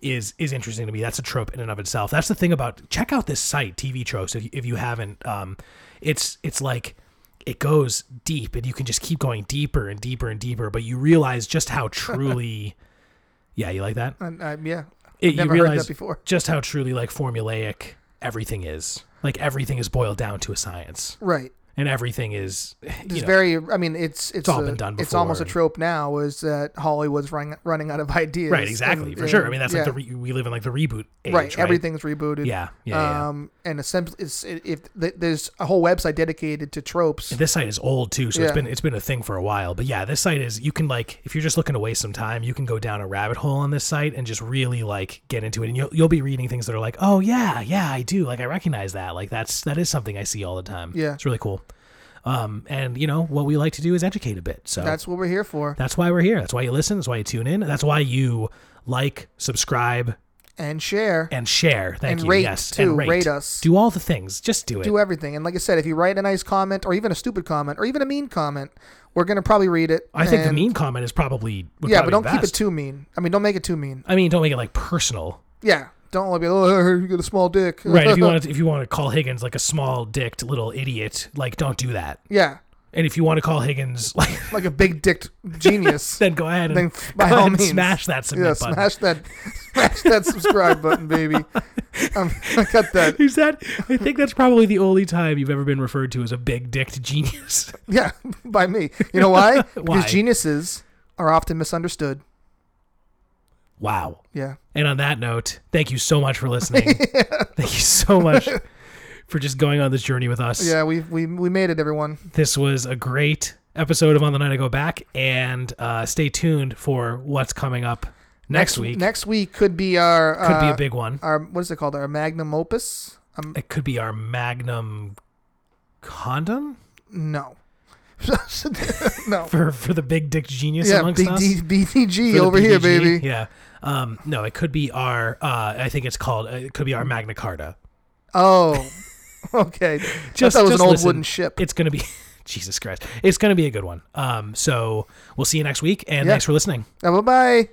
Speaker 1: is is interesting to me. That's a trope in and of itself. That's the thing about check out this site TV tropes if you, if you haven't. Um, it's it's like it goes deep and you can just keep going deeper and deeper and deeper. But you realize just how truly, yeah, you like that.
Speaker 2: And, uh, yeah,
Speaker 1: It, you
Speaker 2: never heard
Speaker 1: realize
Speaker 2: that before.
Speaker 1: just how truly like formulaic everything is. Like everything is boiled down to a science,
Speaker 2: Right.
Speaker 1: and everything is
Speaker 2: It's
Speaker 1: you know,
Speaker 2: very. I mean, it's it's,
Speaker 1: all
Speaker 2: a-
Speaker 1: been done
Speaker 2: It's almost a
Speaker 1: before.
Speaker 2: trope now. Is that Hollywood's running running out of ideas?
Speaker 1: right, exactly
Speaker 2: and-
Speaker 1: for sure.
Speaker 2: and-
Speaker 1: I mean, that's
Speaker 2: yeah.
Speaker 1: like the re- we live in like the reboot age,
Speaker 2: right. Everything's rebooted.
Speaker 1: Yeah, yeah, yeah. yeah.
Speaker 2: Um, and essentially, it's, it, if th- there's a whole website dedicated to tropes.
Speaker 1: And this site is old too, so it's
Speaker 2: Yeah.
Speaker 1: been it's been a thing for a while. But yeah, this site is you can like if you're just looking to waste some time, you can go down a rabbit hole on this site and just really like get into it. And you'll you'll be reading things that are like, oh yeah, yeah, I do. Like I recognize that. Like that's that is something I see all the time.
Speaker 2: Yeah.
Speaker 1: it's really cool. Um, and you know what we like to do is educate a bit. So
Speaker 2: That's what we're here for.
Speaker 1: that's why we're here. That's why you listen. That's why you tune in. That's why you like, subscribe,
Speaker 2: and share.
Speaker 1: and share. Thank
Speaker 2: And
Speaker 1: you.
Speaker 2: rate,
Speaker 1: yes,
Speaker 2: too.
Speaker 1: and rate.
Speaker 2: Rate us.
Speaker 1: Do all the things. Just do it.
Speaker 2: do everything. And like I said, if you write a nice comment or even a stupid comment or even a mean comment, we're gonna probably read it.
Speaker 1: I think the
Speaker 2: and-
Speaker 1: mean comment is probably would
Speaker 2: Yeah,
Speaker 1: probably
Speaker 2: but don't
Speaker 1: be
Speaker 2: keep it
Speaker 1: best.
Speaker 2: too mean. I mean, don't make it too mean.
Speaker 1: I mean, don't make it like personal.
Speaker 2: Yeah, don't like be oh you got a small dick.
Speaker 1: Right. if you want to, if you want to call Higgins like a small dicked little idiot, like don't do that.
Speaker 2: yeah,
Speaker 1: And if you want to call Higgins like
Speaker 2: like a big dicked genius.
Speaker 1: then go ahead and
Speaker 2: Then f- by
Speaker 1: go
Speaker 2: all
Speaker 1: ahead and
Speaker 2: means.
Speaker 1: smash that submit
Speaker 2: yeah,
Speaker 1: button.
Speaker 2: smash that, smash that subscribe button, baby. Um, I got that.
Speaker 1: Is that? I think that's probably the only time you've ever been referred to as a big dicked genius.
Speaker 2: Yeah, by me. You know why?
Speaker 1: Why?
Speaker 2: Because geniuses are often misunderstood.
Speaker 1: wow.
Speaker 2: Yeah.
Speaker 1: And on that note, thank you so much for listening. Thank you so much for just going on this journey with us.
Speaker 2: Yeah, we we we made it, everyone.
Speaker 1: This was a great episode of On the Night I Go Back, and uh, stay tuned for what's coming up next, week.
Speaker 2: Next week could be our
Speaker 1: Could be
Speaker 2: uh,
Speaker 1: a big one.
Speaker 2: our what is it called? Our magnum opus? Um,
Speaker 1: It could be our Magnum condom
Speaker 2: no, no.
Speaker 1: for for the big dick genius
Speaker 2: Yeah,
Speaker 1: amongst us.
Speaker 2: BD, BDG
Speaker 1: For the
Speaker 2: over here,
Speaker 1: BBG.
Speaker 2: baby.
Speaker 1: Yeah. Um, no, it could be our. Uh, I think it's called. Uh, it could be our Magna Carta.
Speaker 2: Oh, okay.
Speaker 1: Just-
Speaker 2: I thought it was
Speaker 1: just
Speaker 2: an old
Speaker 1: listen.
Speaker 2: wooden ship.
Speaker 1: It's gonna be. Jesus Christ! It's gonna be a good one. Um, so we'll see you next week, and
Speaker 2: Yeah.
Speaker 1: thanks for listening.
Speaker 2: Bye bye.